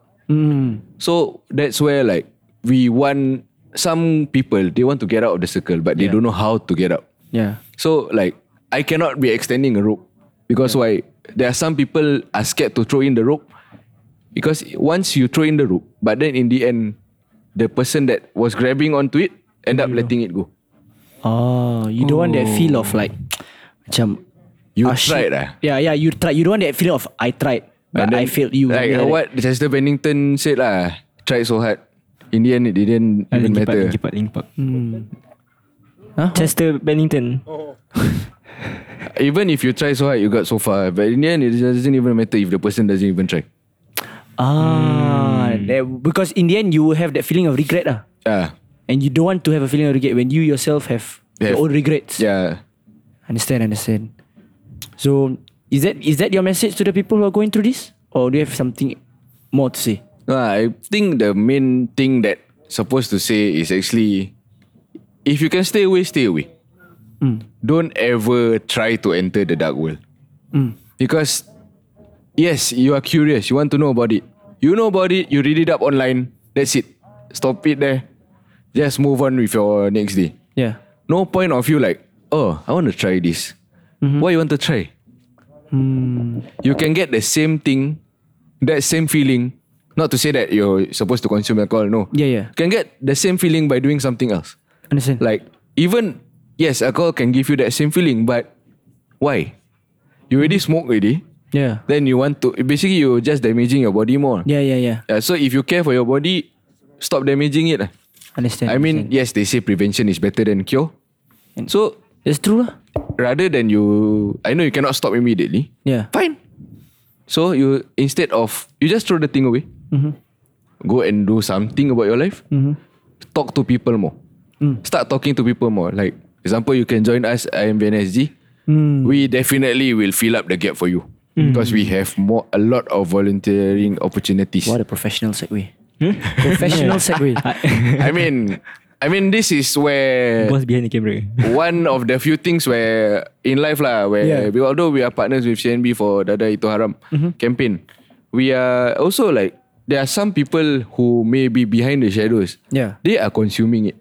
Speaker 5: So that's where like we want some people they want to get out of the circle, but they
Speaker 3: Yeah.
Speaker 5: don't know how to get out.
Speaker 3: Yeah.
Speaker 5: So like I cannot be extending a rope because why? There are some people are scared to throw in the rope because once you throw in the rope, but then in the end, the person that was grabbing onto it end up letting it go.
Speaker 3: Oh, you don't want that feel of like, macam,
Speaker 5: You
Speaker 3: ah, shit.
Speaker 5: tried ah.
Speaker 3: Yeah, yeah. You tried. You don't want that feel of I tried, but
Speaker 5: And
Speaker 3: I
Speaker 5: then,
Speaker 3: failed you.
Speaker 5: Like
Speaker 3: something
Speaker 5: what Chester Bennington said lah. Tried so hard. In the end, it didn't even
Speaker 4: Linkin Park,
Speaker 5: matter.
Speaker 4: Linkin Park, Linkin Park.
Speaker 3: Huh?
Speaker 4: Chester Bennington.
Speaker 5: Even if you try so hard, you got so far. But in the end, it doesn't even matter if the person doesn't even try. Hmm.
Speaker 3: Ah, that, because in the end you will have that feeling of regret ah,
Speaker 5: Ah,
Speaker 3: and you don't want to have a feeling of regret when you yourself have
Speaker 5: Have-
Speaker 3: your own regrets.
Speaker 5: yeah.
Speaker 3: Understand, understand. So is that is that your message to the people who are going through this, or do you have something more to say?
Speaker 5: No, I think the main thing that supposed to say is actually, if you can stay away, stay away. Don't ever try to enter the dark world. Because, yes, you are curious. You want to know about it. You know about it. You read it up online. That's it. Stop it there. Just move on with your next day.
Speaker 3: Yeah.
Speaker 5: No point of you like, oh, I want to try this.
Speaker 3: Mm-hmm.
Speaker 5: Why you want to try?
Speaker 3: Hmm.
Speaker 5: You can get the same thing, that same feeling. Not to say that you're supposed to consume alcohol, no.
Speaker 3: Yeah, yeah.
Speaker 5: You can get the same feeling by doing something else.
Speaker 3: Understand.
Speaker 5: Like, even, yes, alcohol can give you that same feeling, but why? You already smoke already,
Speaker 3: yeah.
Speaker 5: then you want to, basically, you're just damaging your body more.
Speaker 3: Yeah, yeah, yeah.
Speaker 5: Yeah, so if you care for your body, stop damaging it. lah.
Speaker 3: Understand.
Speaker 5: I
Speaker 3: understand.
Speaker 5: mean, yes, they say prevention is better than cure.
Speaker 3: And-
Speaker 5: So
Speaker 3: that's true lah.
Speaker 5: rather than you, I know you cannot stop immediately.
Speaker 3: Yeah.
Speaker 5: Fine. So you instead of you just throw the thing away, go and do something about your life. Talk to people more. Start talking to people more. Like example, you can join us. I am VNSG. We definitely will fill up the gap for you because we have more a lot of volunteering opportunities.
Speaker 3: What a professional segue. *laughs* Professional segue.
Speaker 5: *laughs* I mean, I mean, this is where
Speaker 4: Boss behind the camera.
Speaker 5: one of the few things where in life lah, where
Speaker 3: Yeah. Mm-hmm.
Speaker 5: we, although we are partners with CNB for Dada Itu Haram campaign, we are also like there are some people who may be behind the shadows.
Speaker 3: Yeah. Hmm.
Speaker 5: they are consuming it,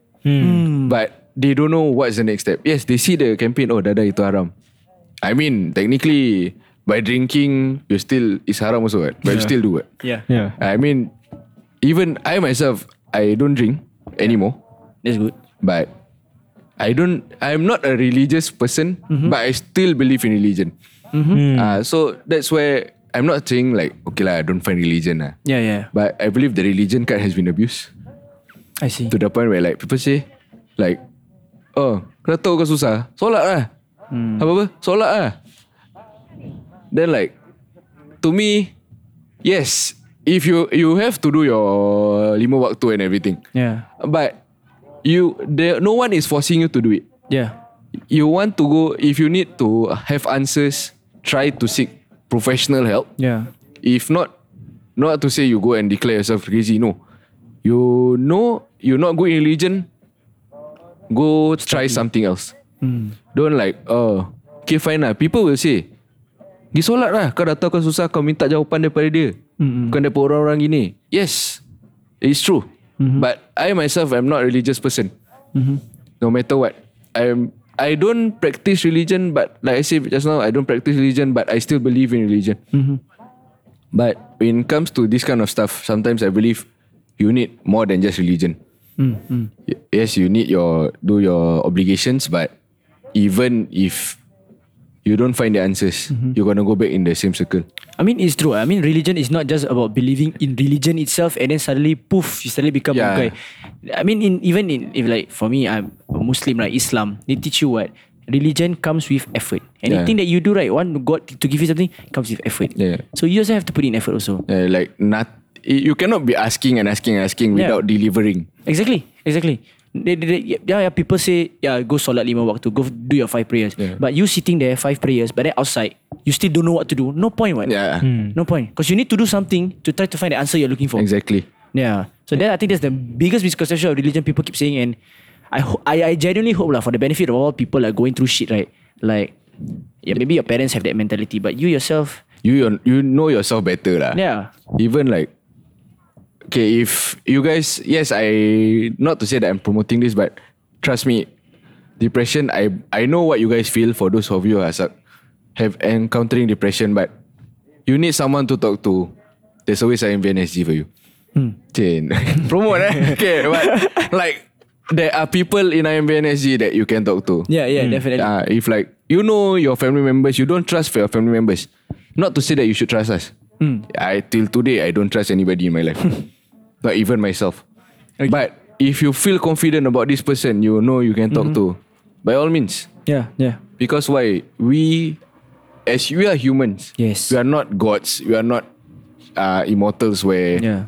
Speaker 5: but they don't know what's the next step. Yes, they see the campaign. Oh, Dada Itu Haram. I mean, technically, by drinking, you still is haram also, right? But you still do it.
Speaker 3: yeah.
Speaker 4: Yeah.
Speaker 5: I mean, even I myself, I don't drink anymore
Speaker 3: That's good.
Speaker 5: but I don't. I'm not a religious person, but I still believe in religion. Uh, so that's where I'm not saying like okay lah, I don't find religion lah.
Speaker 3: Yeah, yeah.
Speaker 5: But I believe the religion card has been abused
Speaker 3: I see.
Speaker 5: to the point where like people say like, oh, kena tahu kau susah, solat lah. Apa apa, solat lah. Then like, to me, yes, if you you have to do your lima waktu and everything.
Speaker 3: Yeah.
Speaker 5: But you there no one is forcing you to do it.
Speaker 3: Yeah.
Speaker 5: You want to go if you need to have answers, try to seek professional help.
Speaker 3: Yeah.
Speaker 5: If not, not to say you go and declare yourself crazy. No. You know you're not good in religion, go try something else. Don't like, oh, okay fine lah. People will say, Pergi solat lah. Kau dah tahu kau susah, kau minta jawapan daripada dia. Bukan daripada orang-orang gini. Yes, it's true. But I myself, I'm not a religious person. No matter what. I'm, I don't practice religion, but like I said just now, I don't practice religion, but I still believe in religion. But when it comes to this kind of stuff, sometimes I believe you need more than just religion.
Speaker 3: Hmm,
Speaker 5: Y- Yes, you need your do your obligations, but even if you don't find the answers,
Speaker 3: Mm-hmm.
Speaker 5: you're gonna go back in the same circle.
Speaker 3: I mean, it's true. I mean, religion is not just about believing in religion itself, and then suddenly, poof, you suddenly become
Speaker 5: Yeah.
Speaker 3: a guy. I mean, in even in if like for me, I'm a Muslim, right? Islam, they teach you what religion comes with effort. Anything that you do, right, want God to give you something comes with effort.
Speaker 5: Yeah.
Speaker 3: So you also have to put in effort also.
Speaker 5: Uh, like not, you cannot be asking and asking and asking
Speaker 3: Yeah.
Speaker 5: without delivering.
Speaker 3: Exactly, exactly. They, they, they, yeah, yeah, people say, yeah, go solat lima waktu, go do your five prayers.
Speaker 5: Yeah.
Speaker 3: But you sitting there, five prayers, but then outside, you still don't know what to do. No point, what?
Speaker 5: Yeah,
Speaker 3: No point. Because you need to do something to try to find the answer you're looking for.
Speaker 5: exactly.
Speaker 3: Yeah. So that I think that's the biggest misconception of religion people keep saying, and I ho- I, I genuinely hope lah for the benefit of all people like going through shit, right? Like, yeah, maybe your parents have that mentality, but you yourself,
Speaker 5: You your- you know yourself better lah.
Speaker 3: yeah,
Speaker 5: Even like okay, if you guys yes, I not to say that I'm promoting this, but trust me, depression. I I know what you guys feel for those of you who are suck- have encountering depression, but you need someone to talk to. There's always an NSG for you. Chain. *laughs* Promote eh? Okay, but like there are people in IMVNSG that you can talk to.
Speaker 3: yeah,
Speaker 4: Hmm.
Speaker 3: yeah, definitely.
Speaker 5: Ah, if like you know your family members, you don't trust your family members. Not to say that you should trust us.
Speaker 3: Hmm.
Speaker 5: I till today I don't trust anybody in my
Speaker 3: *laughs*
Speaker 5: life, not even myself. But if you feel confident about this person, you know you can talk
Speaker 3: Mm-hmm.
Speaker 5: to. By all means,
Speaker 3: yeah, yeah.
Speaker 5: because why we, as we are humans,
Speaker 3: Yes.
Speaker 5: we are not gods. We are not uh, immortals. Where
Speaker 3: Yeah.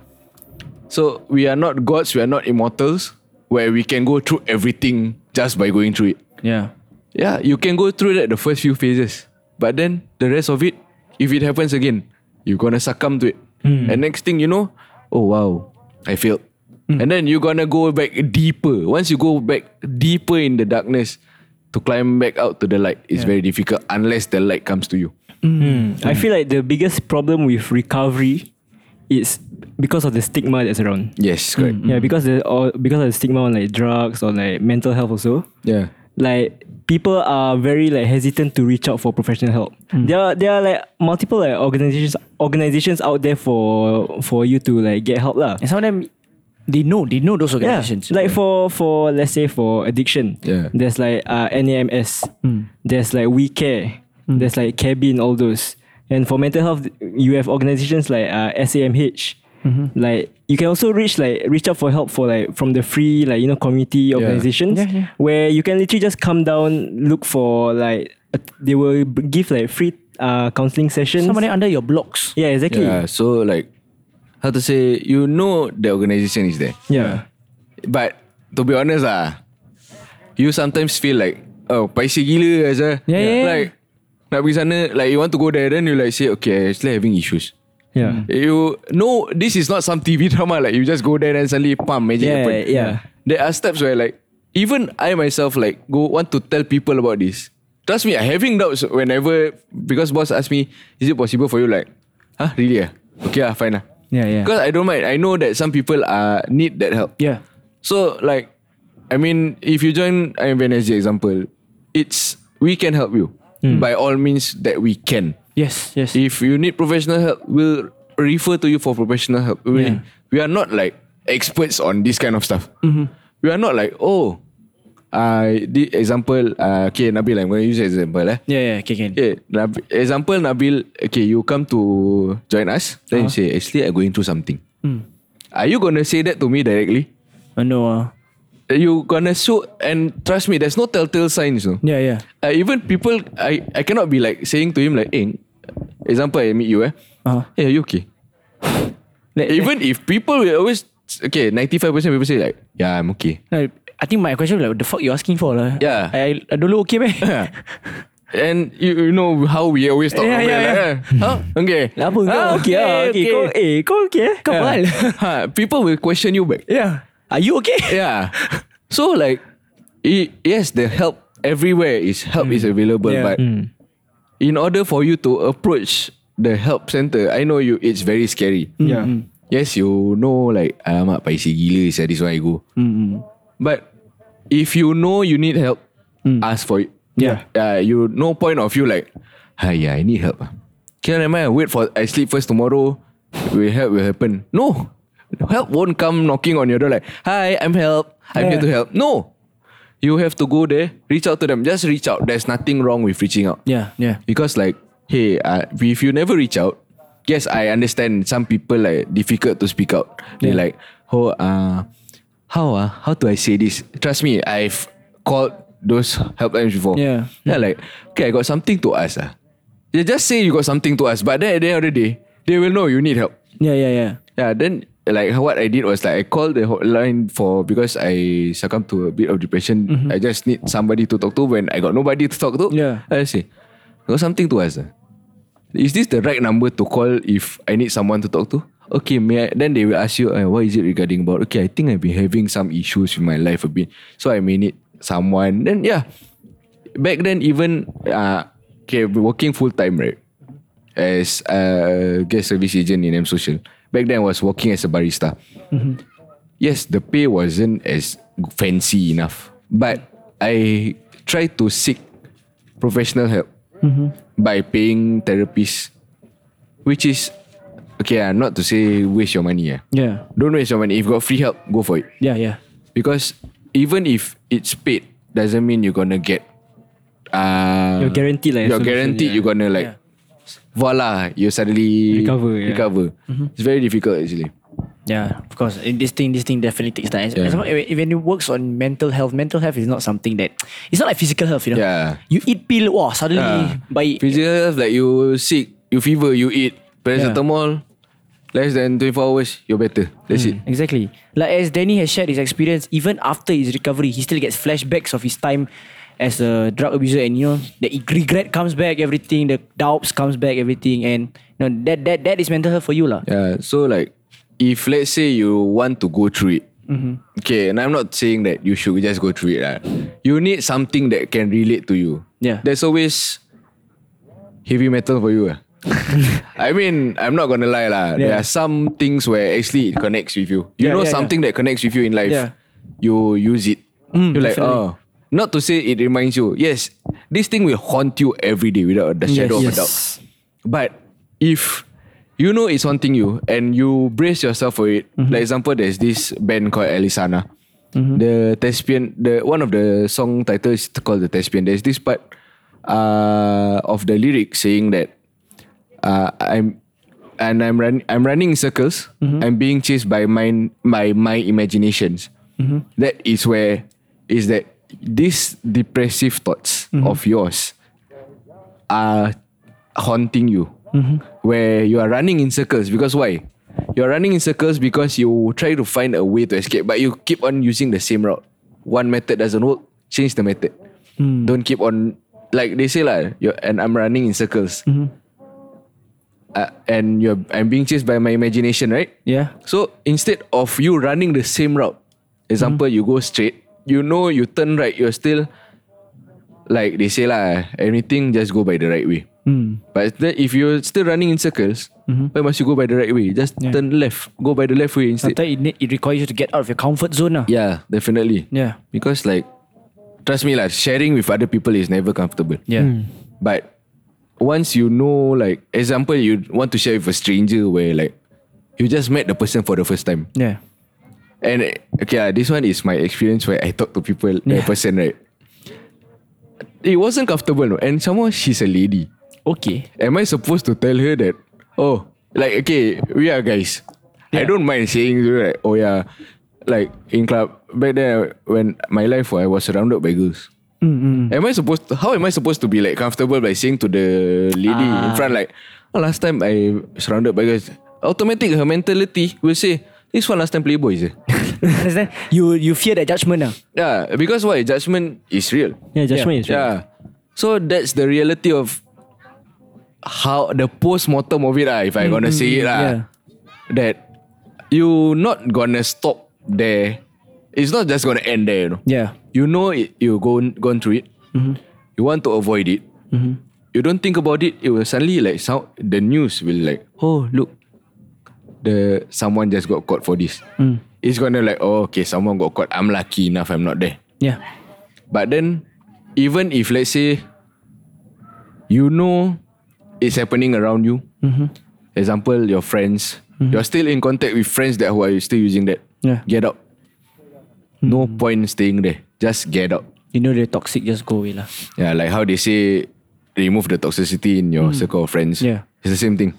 Speaker 5: so we are not gods. We are not immortals. Where we can go through everything just by going through it.
Speaker 3: Yeah.
Speaker 5: Yeah, you can go through that the first few phases. But then the rest of it, if it happens again, you're gonna succumb to it. And next thing you know, oh wow, I failed. And then you're gonna go back deeper. Once you go back deeper in the darkness to climb back out to the light, it's very difficult unless the light comes to you.
Speaker 4: I feel like the biggest problem with recovery is because of the stigma that's around.
Speaker 5: Yes, correct.
Speaker 4: Yeah, because the or because of the stigma on like drugs or like mental health also.
Speaker 5: Yeah.
Speaker 4: Like people are very like hesitant to reach out for professional help. There are there are like multiple like organizations organizations out there for for you to like get help lah.
Speaker 3: And some of them, they know, they know those
Speaker 4: Yeah,
Speaker 3: organizations.
Speaker 4: like for for let's say for addiction,
Speaker 5: Yeah.
Speaker 4: there's like uh, NAMS,
Speaker 3: Hmm.
Speaker 4: there's like We Care, there's like Cabin, all those. And for mental health, you have organizations like uh, SAMH.
Speaker 3: Mm-hmm.
Speaker 4: Like you can also reach like reach out for help for like from the free like you know community organizations
Speaker 3: Yeah, yeah.
Speaker 4: where you can literally just come down look for like uh, they will b- give like free uh counseling sessions.
Speaker 3: somebody under your blocks.
Speaker 4: yeah, exactly.
Speaker 5: Yeah. So like how to say you know the organization is there.
Speaker 4: yeah.
Speaker 5: But to be honest ah, you sometimes feel like oh paisi gila aja.
Speaker 3: Yeah, yeah, yeah.
Speaker 5: Like nak pergi sana, like you want to go there, then you like say okay, I actually having issues.
Speaker 3: Hmm.
Speaker 4: Yeah.
Speaker 5: You no, this is not some TV *laughs* drama. Like you just go there and suddenly pump magic
Speaker 4: Yeah,
Speaker 5: happen.
Speaker 4: yeah.
Speaker 5: There are steps where like even I myself like go want to tell people about this. Trust me, I having doubts whenever because boss asked me, is it possible for you? Like, huh, really? ah? Okay, ah, fine. ah.
Speaker 3: Yeah, yeah.
Speaker 5: Because I don't mind. I know that some people uh, need that help.
Speaker 3: Yeah.
Speaker 5: So like, I mean, if you join IMVN as the example, it's we can help you by all means that we can.
Speaker 3: Yes, yes.
Speaker 5: If you need professional help, we'll refer to you for professional help. We,
Speaker 3: Yeah.
Speaker 5: we are not like experts on this kind of stuff. We are not like oh, I the example. Uh, okay, Nabil, I'm going to use an example. Eh?
Speaker 3: Yeah, yeah, okay, can.
Speaker 5: Okay, Nabi- example Nabil, okay, you come to join us, then you say, actually, I'm going through something. Are you gonna say that to me directly?
Speaker 3: I know. Uh,
Speaker 5: You gonna show and trust me, there's no telltale signs. No?
Speaker 3: yeah, yeah.
Speaker 5: Uh, even people, I, I cannot be like saying to him like, hey, example, I meet you, eh?
Speaker 3: Uh-huh.
Speaker 5: Hey, are you okay?
Speaker 3: *sighs* Like,
Speaker 5: even if people will always, okay, 95% people say like, yeah, I'm okay.
Speaker 3: like, I think my question was like, what the fuck you asking for lah?
Speaker 5: Yeah.
Speaker 3: I, I don't look okay, *laughs* man.
Speaker 5: Yeah. And you, you know how we always talk
Speaker 3: Yeah,
Speaker 5: about
Speaker 3: yeah,
Speaker 5: like, eh, huh? Okay.
Speaker 3: Apa kau?
Speaker 5: Ah,
Speaker 3: Okay, ah, okay.
Speaker 4: Kau, eh, kau okay eh?
Speaker 3: Kau
Speaker 5: Yeah.
Speaker 3: pahal?
Speaker 5: Ha, *laughs* people will question you back.
Speaker 3: yeah. Are you okay?
Speaker 5: Yeah. So like, i- yes, the help everywhere is help is available,
Speaker 3: Yeah.
Speaker 5: but in order for you to approach the help center, I know you. It's very scary.
Speaker 4: Yeah.
Speaker 5: Yes, you know like, alamak, paisi gila is this one I go. But if you know you need help, ask for it.
Speaker 3: Yeah.
Speaker 5: Uh, you no point of you like, hi, yeah, I need help. ah. Okay, never mind. Wait for I sleep first tomorrow. Will help will happen. No, help won't come knocking on your door like, hi, I'm help. I'm here to help. No, you have to go there. Reach out to them. Just reach out. There's nothing wrong with reaching out.
Speaker 3: Yeah, yeah.
Speaker 5: Because like, hey, uh, if you never reach out, yes, I understand some people like difficult to speak out. They like, oh, uh, how ah, how do I say this? Trust me, I've called those helplines before.
Speaker 3: Yeah.
Speaker 5: Yeah, like, okay, I got something to ask ah. They just say you got something to ask, but then at the end of the day, they will know you need help.
Speaker 3: Yeah, yeah, yeah.
Speaker 5: Yeah, then like what I did was like I called the hotline for because I succumbed to a bit of depression. I just need somebody to talk to when I got nobody to talk to.
Speaker 3: Yeah.
Speaker 5: I say, got something to ask. ah. Is this the right number to call if I need someone to talk to? okay, may I, then they will ask you, uh, what is it regarding about? Okay, I think I've been having some issues with my life a bit. So I may need someone. Then yeah, back then even, uh, okay, I've been working full time, right? As a guest service agent in M Social. Back then I was working as a barista. Yes, the pay wasn't as fancy enough. But I tried to seek professional help by paying therapists which is okay ah, not to say waste your money ah.
Speaker 3: Yeah.
Speaker 5: don't waste your money if you got free help go for it
Speaker 3: Yeah, yeah.
Speaker 5: because even if it's paid doesn't mean you're gonna get uh,
Speaker 4: You're guaranteed like a
Speaker 5: you're
Speaker 4: solution,
Speaker 5: guaranteed
Speaker 4: yeah.
Speaker 5: you're gonna like
Speaker 3: Yeah.
Speaker 5: voila you suddenly
Speaker 4: Recover, yeah. Mm-hmm.
Speaker 5: recover it's very difficult actually
Speaker 3: Yeah, of course. Eh, This thing, this thing definitely takes time. As, as
Speaker 5: Yeah.
Speaker 3: long, eh, when it works on mental health, mental health is not something that it's not like physical health. You know,
Speaker 5: Yeah.
Speaker 3: you eat pill, wow, suddenly
Speaker 5: Ah.
Speaker 3: by
Speaker 5: physical health like you sick you fever you eat paracetamol less than 24 hours you're better that's
Speaker 4: Mm.
Speaker 5: it
Speaker 3: exactly like as Danny has shared his experience, even after his recovery, he still gets flashbacks of his time as a drug abuser, and you know the e-, regret comes back, everything, the doubts comes back, everything, and you know that that that is mental health for you lah.
Speaker 5: Yeah. So like, if let's say you want to go through it,
Speaker 4: Mm-hmm.
Speaker 5: okay, and I'm not saying that you should just go through it. lah. You need something that can relate to you.
Speaker 3: Yeah.
Speaker 5: There's always heavy metal for
Speaker 3: *laughs*
Speaker 5: you. ah. I mean, I'm not gonna lie lah. There
Speaker 3: Yeah.
Speaker 5: are some things where actually it connects with you.
Speaker 3: Yeah,
Speaker 5: You know
Speaker 3: yeah,
Speaker 5: something that connects with you in life.
Speaker 3: Yeah. Mm,
Speaker 5: You use it. You're like,
Speaker 3: definitely.
Speaker 5: oh. Not to say it reminds you. Yes, this thing will haunt you every day without the shadow of a doubt. But if you know it's haunting you and you brace yourself for it, like example, there's this band called Elisana. The thespian, the one of the song titles is called the thespian. There's this part uh, of the lyric saying that uh, I'm and I'm run, I'm running in circles. I'm being chased by mine by my imaginations. That is where is that these depressive thoughts of yours are haunting you, where you are running in circles. Because why? You are running in circles because you try to find a way to escape, but you keep on using the same route. One method doesn't work, change the method. Don't keep on like they say lah. You're, and I'm running in circles, Uh, and you're I'm being chased by my imagination, right?
Speaker 3: Yeah.
Speaker 5: So instead of you running the same route, example, you go straight, you know you turn right, you're still like they say lah, anything just go by the right way.
Speaker 3: Hmm.
Speaker 5: But then if you're still running in circles, why must you go by the right way? Just
Speaker 3: Mm-hmm. Yeah.
Speaker 5: turn left, go by the left way instead.
Speaker 3: Sometimes it, need- it requires you to get out of your comfort zone. lah.
Speaker 5: Yeah, definitely.
Speaker 3: Yeah.
Speaker 5: Because like, trust me lah, sharing with other people is never comfortable.
Speaker 3: Yeah.
Speaker 4: Hmm.
Speaker 5: But once you know, like, example, you want to share with a stranger where like you just met the person for the first time.
Speaker 3: Yeah.
Speaker 5: And eh, okay, ah, this one is my experience where I talk to people, a
Speaker 3: Yeah.
Speaker 5: person, right? It wasn't comfortable, no? and somehow she's a lady.
Speaker 3: Okay. *laughs*
Speaker 5: Am I supposed to tell her that? Oh, like okay, we are guys. I don't mind saying to her, like, oh yeah, like in club back then when my life I was surrounded by girls. Am I supposed? To, how am I supposed to be like comfortable by saying to the lady in front like, oh, last time I surrounded by girls. Automatic her mentality will say this one last time playboy je.
Speaker 3: Understand? You you fear that judgment. ah.
Speaker 5: Yeah, because why? Judgment is real.
Speaker 4: Yeah, judgment is right.
Speaker 5: Yeah. So that's the reality of how the post mortem of it, ah, if I gonna say it, ah,
Speaker 3: Mm, yeah.
Speaker 5: that you not gonna stop there. It's not just gonna end there, you know.
Speaker 3: Yeah. Mm-hmm.
Speaker 5: You know it, you go gone through it. You want to avoid it. You don't think about it. It will suddenly like sound. The news will like, oh look, the someone just got caught for this.
Speaker 3: Mm.
Speaker 5: It's gonna like, oh okay, someone got caught. I'm lucky enough. I'm not there.
Speaker 3: Yeah.
Speaker 5: But then, even if let's say you know it's happening around you,
Speaker 3: Mm-hmm.
Speaker 5: example, your friends, you're still in contact with friends that who are still using that.
Speaker 3: Yeah. Mm-hmm.
Speaker 5: Get out. No point staying there. Just get out.
Speaker 3: You know the toxic just go away lah.
Speaker 5: Yeah, like how they say, remove the toxicity in your circle of friends.
Speaker 3: Mm-hmm. Yeah.
Speaker 5: it's the same thing.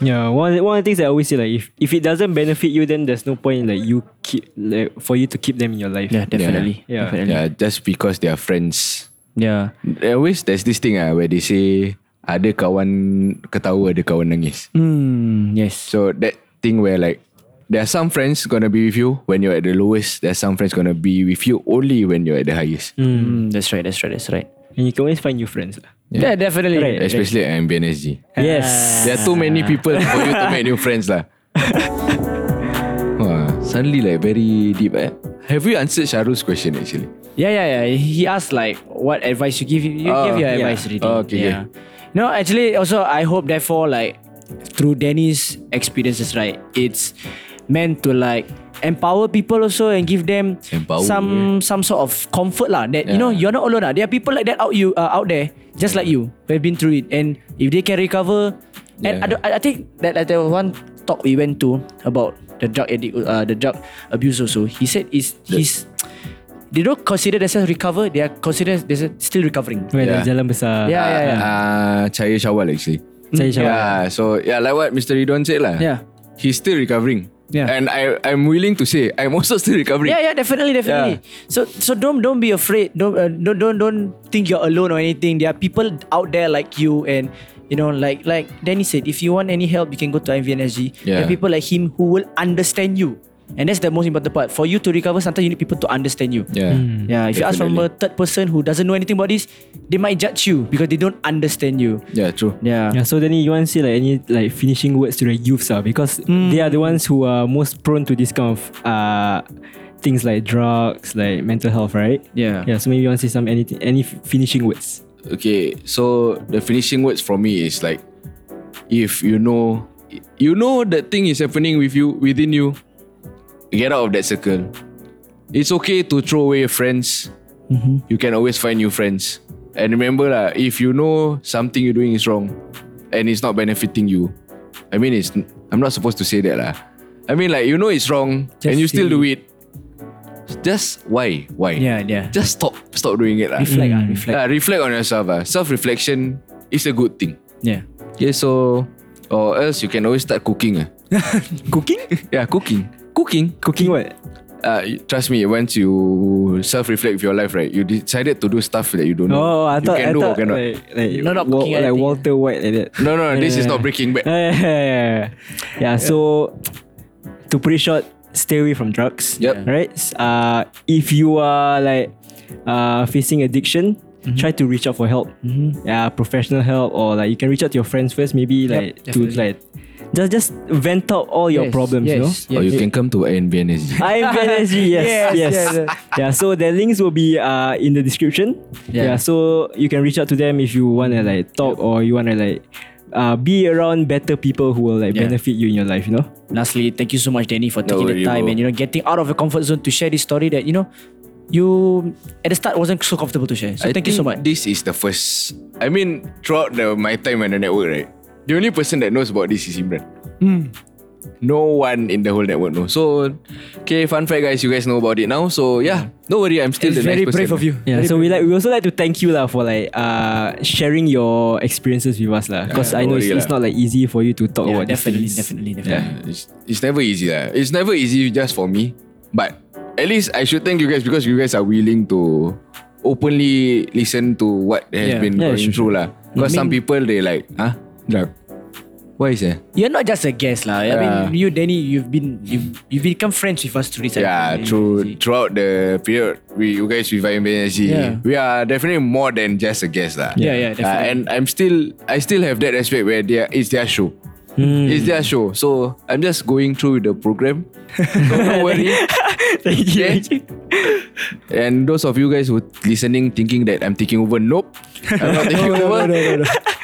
Speaker 4: Yeah, one one of the things I always say like if, if it doesn't benefit you, then there's no point like you keep like for you to keep them in your life.
Speaker 3: Yeah, definitely.
Speaker 4: Yeah.
Speaker 3: Definitely.
Speaker 5: Yeah, just because they are friends.
Speaker 3: Yeah.
Speaker 5: There always there's this thing ah where they say ada kawan ketawa ada kawan nangis.
Speaker 3: Hmm. Yes.
Speaker 5: So that thing where like there are some friends gonna be with you when you're at the lowest. There are some friends gonna be with you only when you're at the highest.
Speaker 3: Mm, that's right. That's right. That's right.
Speaker 4: And you can always find new friends. lah.
Speaker 3: Yeah, definitely. Ah.
Speaker 4: Right.
Speaker 5: Especially at MBNSG.
Speaker 4: Yes.
Speaker 3: *laughs*
Speaker 5: There are too many people for you to make new friends lah. Wah, suddenly like very deep eh. Have we answered Sharu's question actually?
Speaker 3: Yeah, yeah, yeah. He asked like, what advice you give? You
Speaker 5: Oh,
Speaker 3: give your
Speaker 5: yeah.
Speaker 3: advice already.
Speaker 5: Oh, okay,
Speaker 3: yeah. No, actually, also I hope therefore like through Danny's experiences, right? It's meant to like empower people also and give them
Speaker 5: Empower,
Speaker 3: some some sort of comfort lah. That you know
Speaker 5: Yeah.
Speaker 3: you're not alone lah. There are people like that out you uh, out there just like you who have been through it, and if they can recover, and
Speaker 5: Yeah.
Speaker 3: I, don't- I, I think that like, there was one talk we went to about the drug addict, uh, the drug abuse also. He said is he's they don't consider themselves recover. They are considered they're still recovering.
Speaker 4: Well,
Speaker 5: Yeah.
Speaker 4: jalan besar.
Speaker 3: Yeah, yeah, yeah. Mm.
Speaker 5: Uh, Cahaya Syawal actually.
Speaker 4: Cahaya Syawal.
Speaker 5: Yeah, so yeah, like what Mr. Ridwan said lah.
Speaker 3: Yeah.
Speaker 5: He's still recovering.
Speaker 3: Yeah.
Speaker 5: And I, I'm willing to say, I'm also still recovering.
Speaker 3: Yeah, yeah, definitely, definitely. So, so don't don't be afraid. Don't uh, don't don't don't think you're alone or anything. There are people out there like you, and you know, like like Danny said, if you want any help, you can go to IVNSG. There are
Speaker 5: Yeah.
Speaker 3: people like him who will understand you, and that's the most important part. For you to recover, sometimes you need people to understand you. Hmm.
Speaker 5: Yeah.
Speaker 3: Yeah, if you ask from a
Speaker 5: Definitely.
Speaker 3: third person who doesn't know anything about this, they might judge you because they don't understand you.
Speaker 5: Yeah, true.
Speaker 3: Yeah.
Speaker 4: Yeah, so Danny, you want to say like any like finishing words to the youths ah because
Speaker 3: Mm.
Speaker 4: they are the ones who are most prone to this kind of uh things like drugs, like mental health, right?
Speaker 3: Yeah.
Speaker 4: Yeah. So maybe you want to say some anything, any f- finishing words.
Speaker 5: Okay, so the finishing words for me is like, if you know, you know that thing is happening with you within you, get out of that circle. It's okay to throw away friends. You can always find new friends. And remember lah, if you know something you're doing is wrong, and it's not benefiting you, I mean, it's I'm not supposed to say that lah. I mean, like you know it's wrong, and you still do it. Just why? Why?
Speaker 3: Yeah, yeah.
Speaker 5: Just stop, stop doing it lah.
Speaker 3: Reflect, ah, reflect.
Speaker 5: Ah, reflect on yourself. Ah, Self reflection is a good thing.
Speaker 3: Yeah.
Speaker 5: Okay, so or else you can always start cooking. ah.
Speaker 4: Cooking?
Speaker 5: yeah, cooking. Cooking.
Speaker 4: Cooking what?
Speaker 5: Uh, trust me, once you self reflect with your life, right, you decided to do stuff that you don't know.
Speaker 4: Oh, I thought
Speaker 5: you can
Speaker 4: I
Speaker 5: do
Speaker 4: thought
Speaker 5: or cannot.
Speaker 4: like, like,
Speaker 3: No, not
Speaker 4: Wa-
Speaker 3: cooking, I
Speaker 4: like
Speaker 3: think.
Speaker 4: Walter White like that.
Speaker 5: no, no, this is not breaking
Speaker 4: *laughs* Yeah,
Speaker 5: bad.
Speaker 4: yeah, yeah, yeah. yeah so to pretty short, stay away from drugs.
Speaker 5: Yep.
Speaker 4: Right? S- Uh, if you are like uh, facing addiction,
Speaker 3: Mm-hmm.
Speaker 4: try to reach out for help. Yeah, professional help or like you can reach out to your friends first, maybe like to
Speaker 3: definitely.
Speaker 4: like just just vent out all
Speaker 3: Yes,
Speaker 4: your problems, you know?
Speaker 3: yes,
Speaker 5: Or you can come to INBNSG.
Speaker 4: I
Speaker 3: *laughs*
Speaker 4: am energy. Yes, yes.
Speaker 3: Yes, yes.
Speaker 4: Yeah. So the links will be uh in the description.
Speaker 3: Yeah.
Speaker 4: Yeah. So you can reach out to them if you wanna like talk or you wanna like uh be around better people who will like
Speaker 3: Yeah.
Speaker 4: benefit you in your life. You know.
Speaker 3: Lastly, thank you so much, Danny, for taking the
Speaker 5: worry,
Speaker 3: time
Speaker 5: bro.
Speaker 3: and you know getting out of your comfort zone to share this story that you know you at the start wasn't so comfortable to share. So
Speaker 5: I
Speaker 3: thank you so
Speaker 5: think
Speaker 3: much.
Speaker 5: This is the first. I mean, throughout the, my time on the network, right? The only person that knows about this is Imran.
Speaker 3: Hmm.
Speaker 5: No one in the whole network knows. So, okay, fun fact, guys. You guys know about it now. So yeah, no worry. I'm still
Speaker 3: It's
Speaker 5: the
Speaker 3: very
Speaker 5: next person.
Speaker 3: brave of you.
Speaker 4: Yeah. So we like we also like to thank you lah for like uh sharing your experiences with us lah. Because I
Speaker 5: Yeah,
Speaker 4: know
Speaker 5: don't
Speaker 4: it's,
Speaker 5: worry
Speaker 4: it's
Speaker 5: lah.
Speaker 4: not like easy for you to talk
Speaker 3: Yeah,
Speaker 4: about these
Speaker 3: definitely,
Speaker 4: things.
Speaker 3: definitely, definitely.
Speaker 5: Yeah, it's, it's never easy lah. It's never easy just for me, but at least I should thank you guys because you guys are willing to openly listen to what
Speaker 3: Yeah.
Speaker 5: has been
Speaker 4: Yeah,
Speaker 5: going
Speaker 4: sure,
Speaker 5: through lah. Because
Speaker 3: I
Speaker 5: some
Speaker 3: mean-
Speaker 5: people they like, huh, drug. Why is that?
Speaker 3: You're not just a guest, lah. I mean,
Speaker 5: Yeah.
Speaker 3: you, Danny, you've been you've, you've become friends with us through this.
Speaker 5: Yeah,
Speaker 3: actually.
Speaker 5: through throughout the period we you guys with IMBNSG,
Speaker 3: Yeah.
Speaker 5: we are definitely more than just a guest lah.
Speaker 3: Yeah, yeah,
Speaker 5: Uh,
Speaker 3: definitely.
Speaker 5: and I'm still I still have that aspect where they are, it's their show.
Speaker 3: Hmm.
Speaker 5: It's their show. So I'm just going through with the
Speaker 3: *laughs*
Speaker 5: program. Don't worry.
Speaker 4: Thank you.
Speaker 5: Okay. And those of you guys who listening thinking that I'm taking over, nope. I'm
Speaker 3: *laughs*
Speaker 5: not taking over.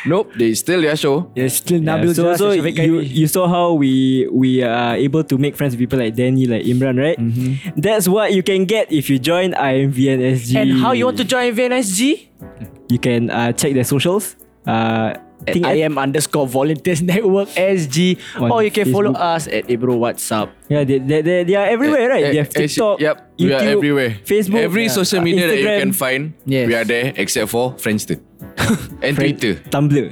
Speaker 5: Nope, they still their show.
Speaker 3: Yeah, still
Speaker 4: Yeah,
Speaker 3: Nabil
Speaker 4: so,
Speaker 3: Jas
Speaker 4: so
Speaker 3: and Shafiq
Speaker 4: you,
Speaker 3: Khairi.
Speaker 4: you saw how we we are able to make friends with people like Danny, like Imran, right?
Speaker 5: Mm-hmm.
Speaker 4: That's what you can get if you join IMVNSG.
Speaker 3: and how you want to join VNSG?
Speaker 4: You can uh, check their socials. Uh, I think
Speaker 3: I am underscore volunteers *laughs* network SG,
Speaker 4: On
Speaker 3: or you can follow
Speaker 4: Facebook.
Speaker 3: us at Ebro WhatsApp.
Speaker 4: Yeah, they, they, they, they are everywhere, right? They have
Speaker 5: Eh, eh,
Speaker 4: TikTok,
Speaker 5: Yep, we are
Speaker 4: YouTube,
Speaker 5: everywhere.
Speaker 4: Facebook,
Speaker 5: Every
Speaker 4: yeah,
Speaker 5: social
Speaker 4: uh,
Speaker 5: media that you
Speaker 4: Instagram,
Speaker 5: can find,
Speaker 3: Yes.
Speaker 5: we are there except for
Speaker 4: *laughs*
Speaker 5: Friendster and
Speaker 4: Fran-
Speaker 5: Twitter.
Speaker 4: Tumblr.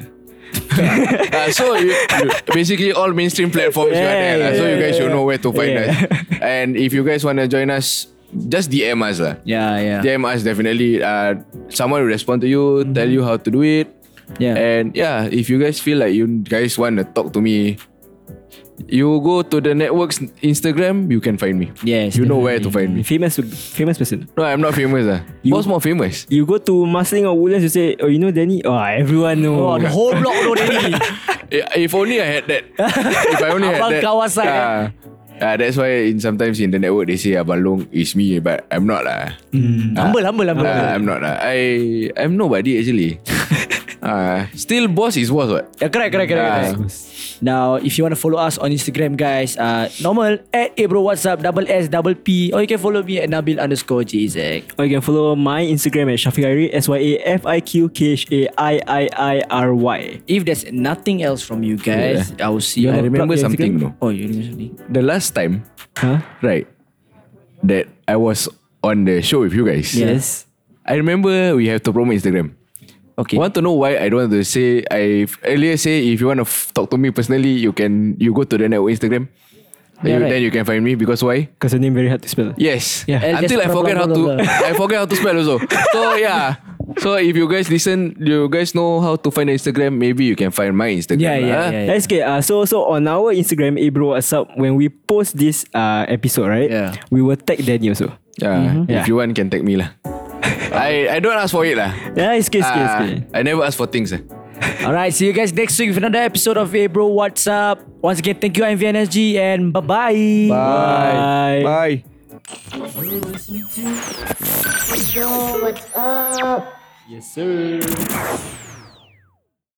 Speaker 5: Uh, so you, you- basically all mainstream platforms you are
Speaker 4: Yeah,
Speaker 5: there. lah. so
Speaker 4: yeah,
Speaker 5: you guys
Speaker 4: yeah,
Speaker 5: should know where to find
Speaker 4: Yeah.
Speaker 5: us. And if you guys want to join us, just DM us lah.
Speaker 3: Yeah, yeah.
Speaker 5: DM us definitely. Uh, someone will respond to you,
Speaker 4: Mm-hmm.
Speaker 5: tell you how to do it.
Speaker 3: Yeah.
Speaker 5: And yeah, if you guys feel like you guys want to talk to me, You go to the network's Instagram, you can find me.
Speaker 3: Yes,
Speaker 5: You know where to find me.
Speaker 4: Famous famous person.
Speaker 5: No, I'm not famous. Ah. What's more *laughs* famous?
Speaker 4: You go to Marsiling or Woodlands, you say, oh, you know Danny? Oh, Ah. everyone
Speaker 3: Oh,
Speaker 4: know.
Speaker 3: the whole block know
Speaker 4: *laughs*
Speaker 3: Danny.
Speaker 5: I- If only I had that. if I *laughs* only had
Speaker 3: Abang
Speaker 5: that.
Speaker 3: Kawasan, eh?
Speaker 5: Ah, Ah, that's why in sometimes in the network they say Abang Long is me, but I'm not lah.
Speaker 3: Humble, humble, humble.
Speaker 5: Ah, I'm not lah. I I'm nobody *laughs* actually. Ah, still boss is boss what?
Speaker 3: Yeah, correct, correct, correct.
Speaker 5: Ah.
Speaker 3: correct. Now, if you want to follow us on Instagram, guys, uh, normal at Abro WhatsApp, double S, double P, or you can follow me at Nabil underscore JZ.
Speaker 4: Or you can follow my Instagram at Shafiq Airi, S-Y-A-F-I-Q-K-H-A-I-I-R-Y.
Speaker 3: If there's nothing else from you guys, I will see you.
Speaker 5: I remember
Speaker 4: plug your
Speaker 5: something
Speaker 4: Instagram?
Speaker 5: no.
Speaker 3: Oh, you remember something?
Speaker 5: The last time,
Speaker 4: Huh?
Speaker 5: right, that I was on the show with you guys.
Speaker 4: Yes.
Speaker 5: I remember we have to promote Instagram.
Speaker 3: Okay.
Speaker 5: Want to know why I don't want to say I earlier say if you want to f- talk to me personally, you can you go to the network Instagram.
Speaker 3: Yeah,
Speaker 5: You-
Speaker 3: right.
Speaker 5: Then you can find me because why?
Speaker 4: Because the name very hard to spell.
Speaker 5: Yes.
Speaker 4: Yeah.
Speaker 3: And
Speaker 5: Until
Speaker 3: just
Speaker 5: I forget
Speaker 3: blah,
Speaker 5: how
Speaker 3: blah,
Speaker 5: to
Speaker 3: blah, blah.
Speaker 5: *laughs* I forget how to spell also. So yeah. So if you guys listen, you guys know how to find Instagram. Maybe you can find my Instagram.
Speaker 3: Yeah, yeah,
Speaker 5: lah, ah.
Speaker 3: yeah, yeah.
Speaker 4: That's okay. Uh, so so on our Instagram, eh, Abro WhatsApp, when we post this uh, episode, right?
Speaker 3: Yeah.
Speaker 4: We will tag Danny also.
Speaker 5: Yeah,
Speaker 4: Yeah.
Speaker 5: If you want, can tag me lah. *laughs* I I don't ask for it lah.
Speaker 4: Yeah, it's okay, it's okay, it's okay.
Speaker 5: Ah, I never ask for things. eh.
Speaker 3: Alright, see you guys next week with another episode of Abro WhatsApp. Once again, thank you, MVNSG, and bye-bye.
Speaker 4: Bye.
Speaker 5: Bye.
Speaker 2: Yo, what's up?
Speaker 4: Yes, sir.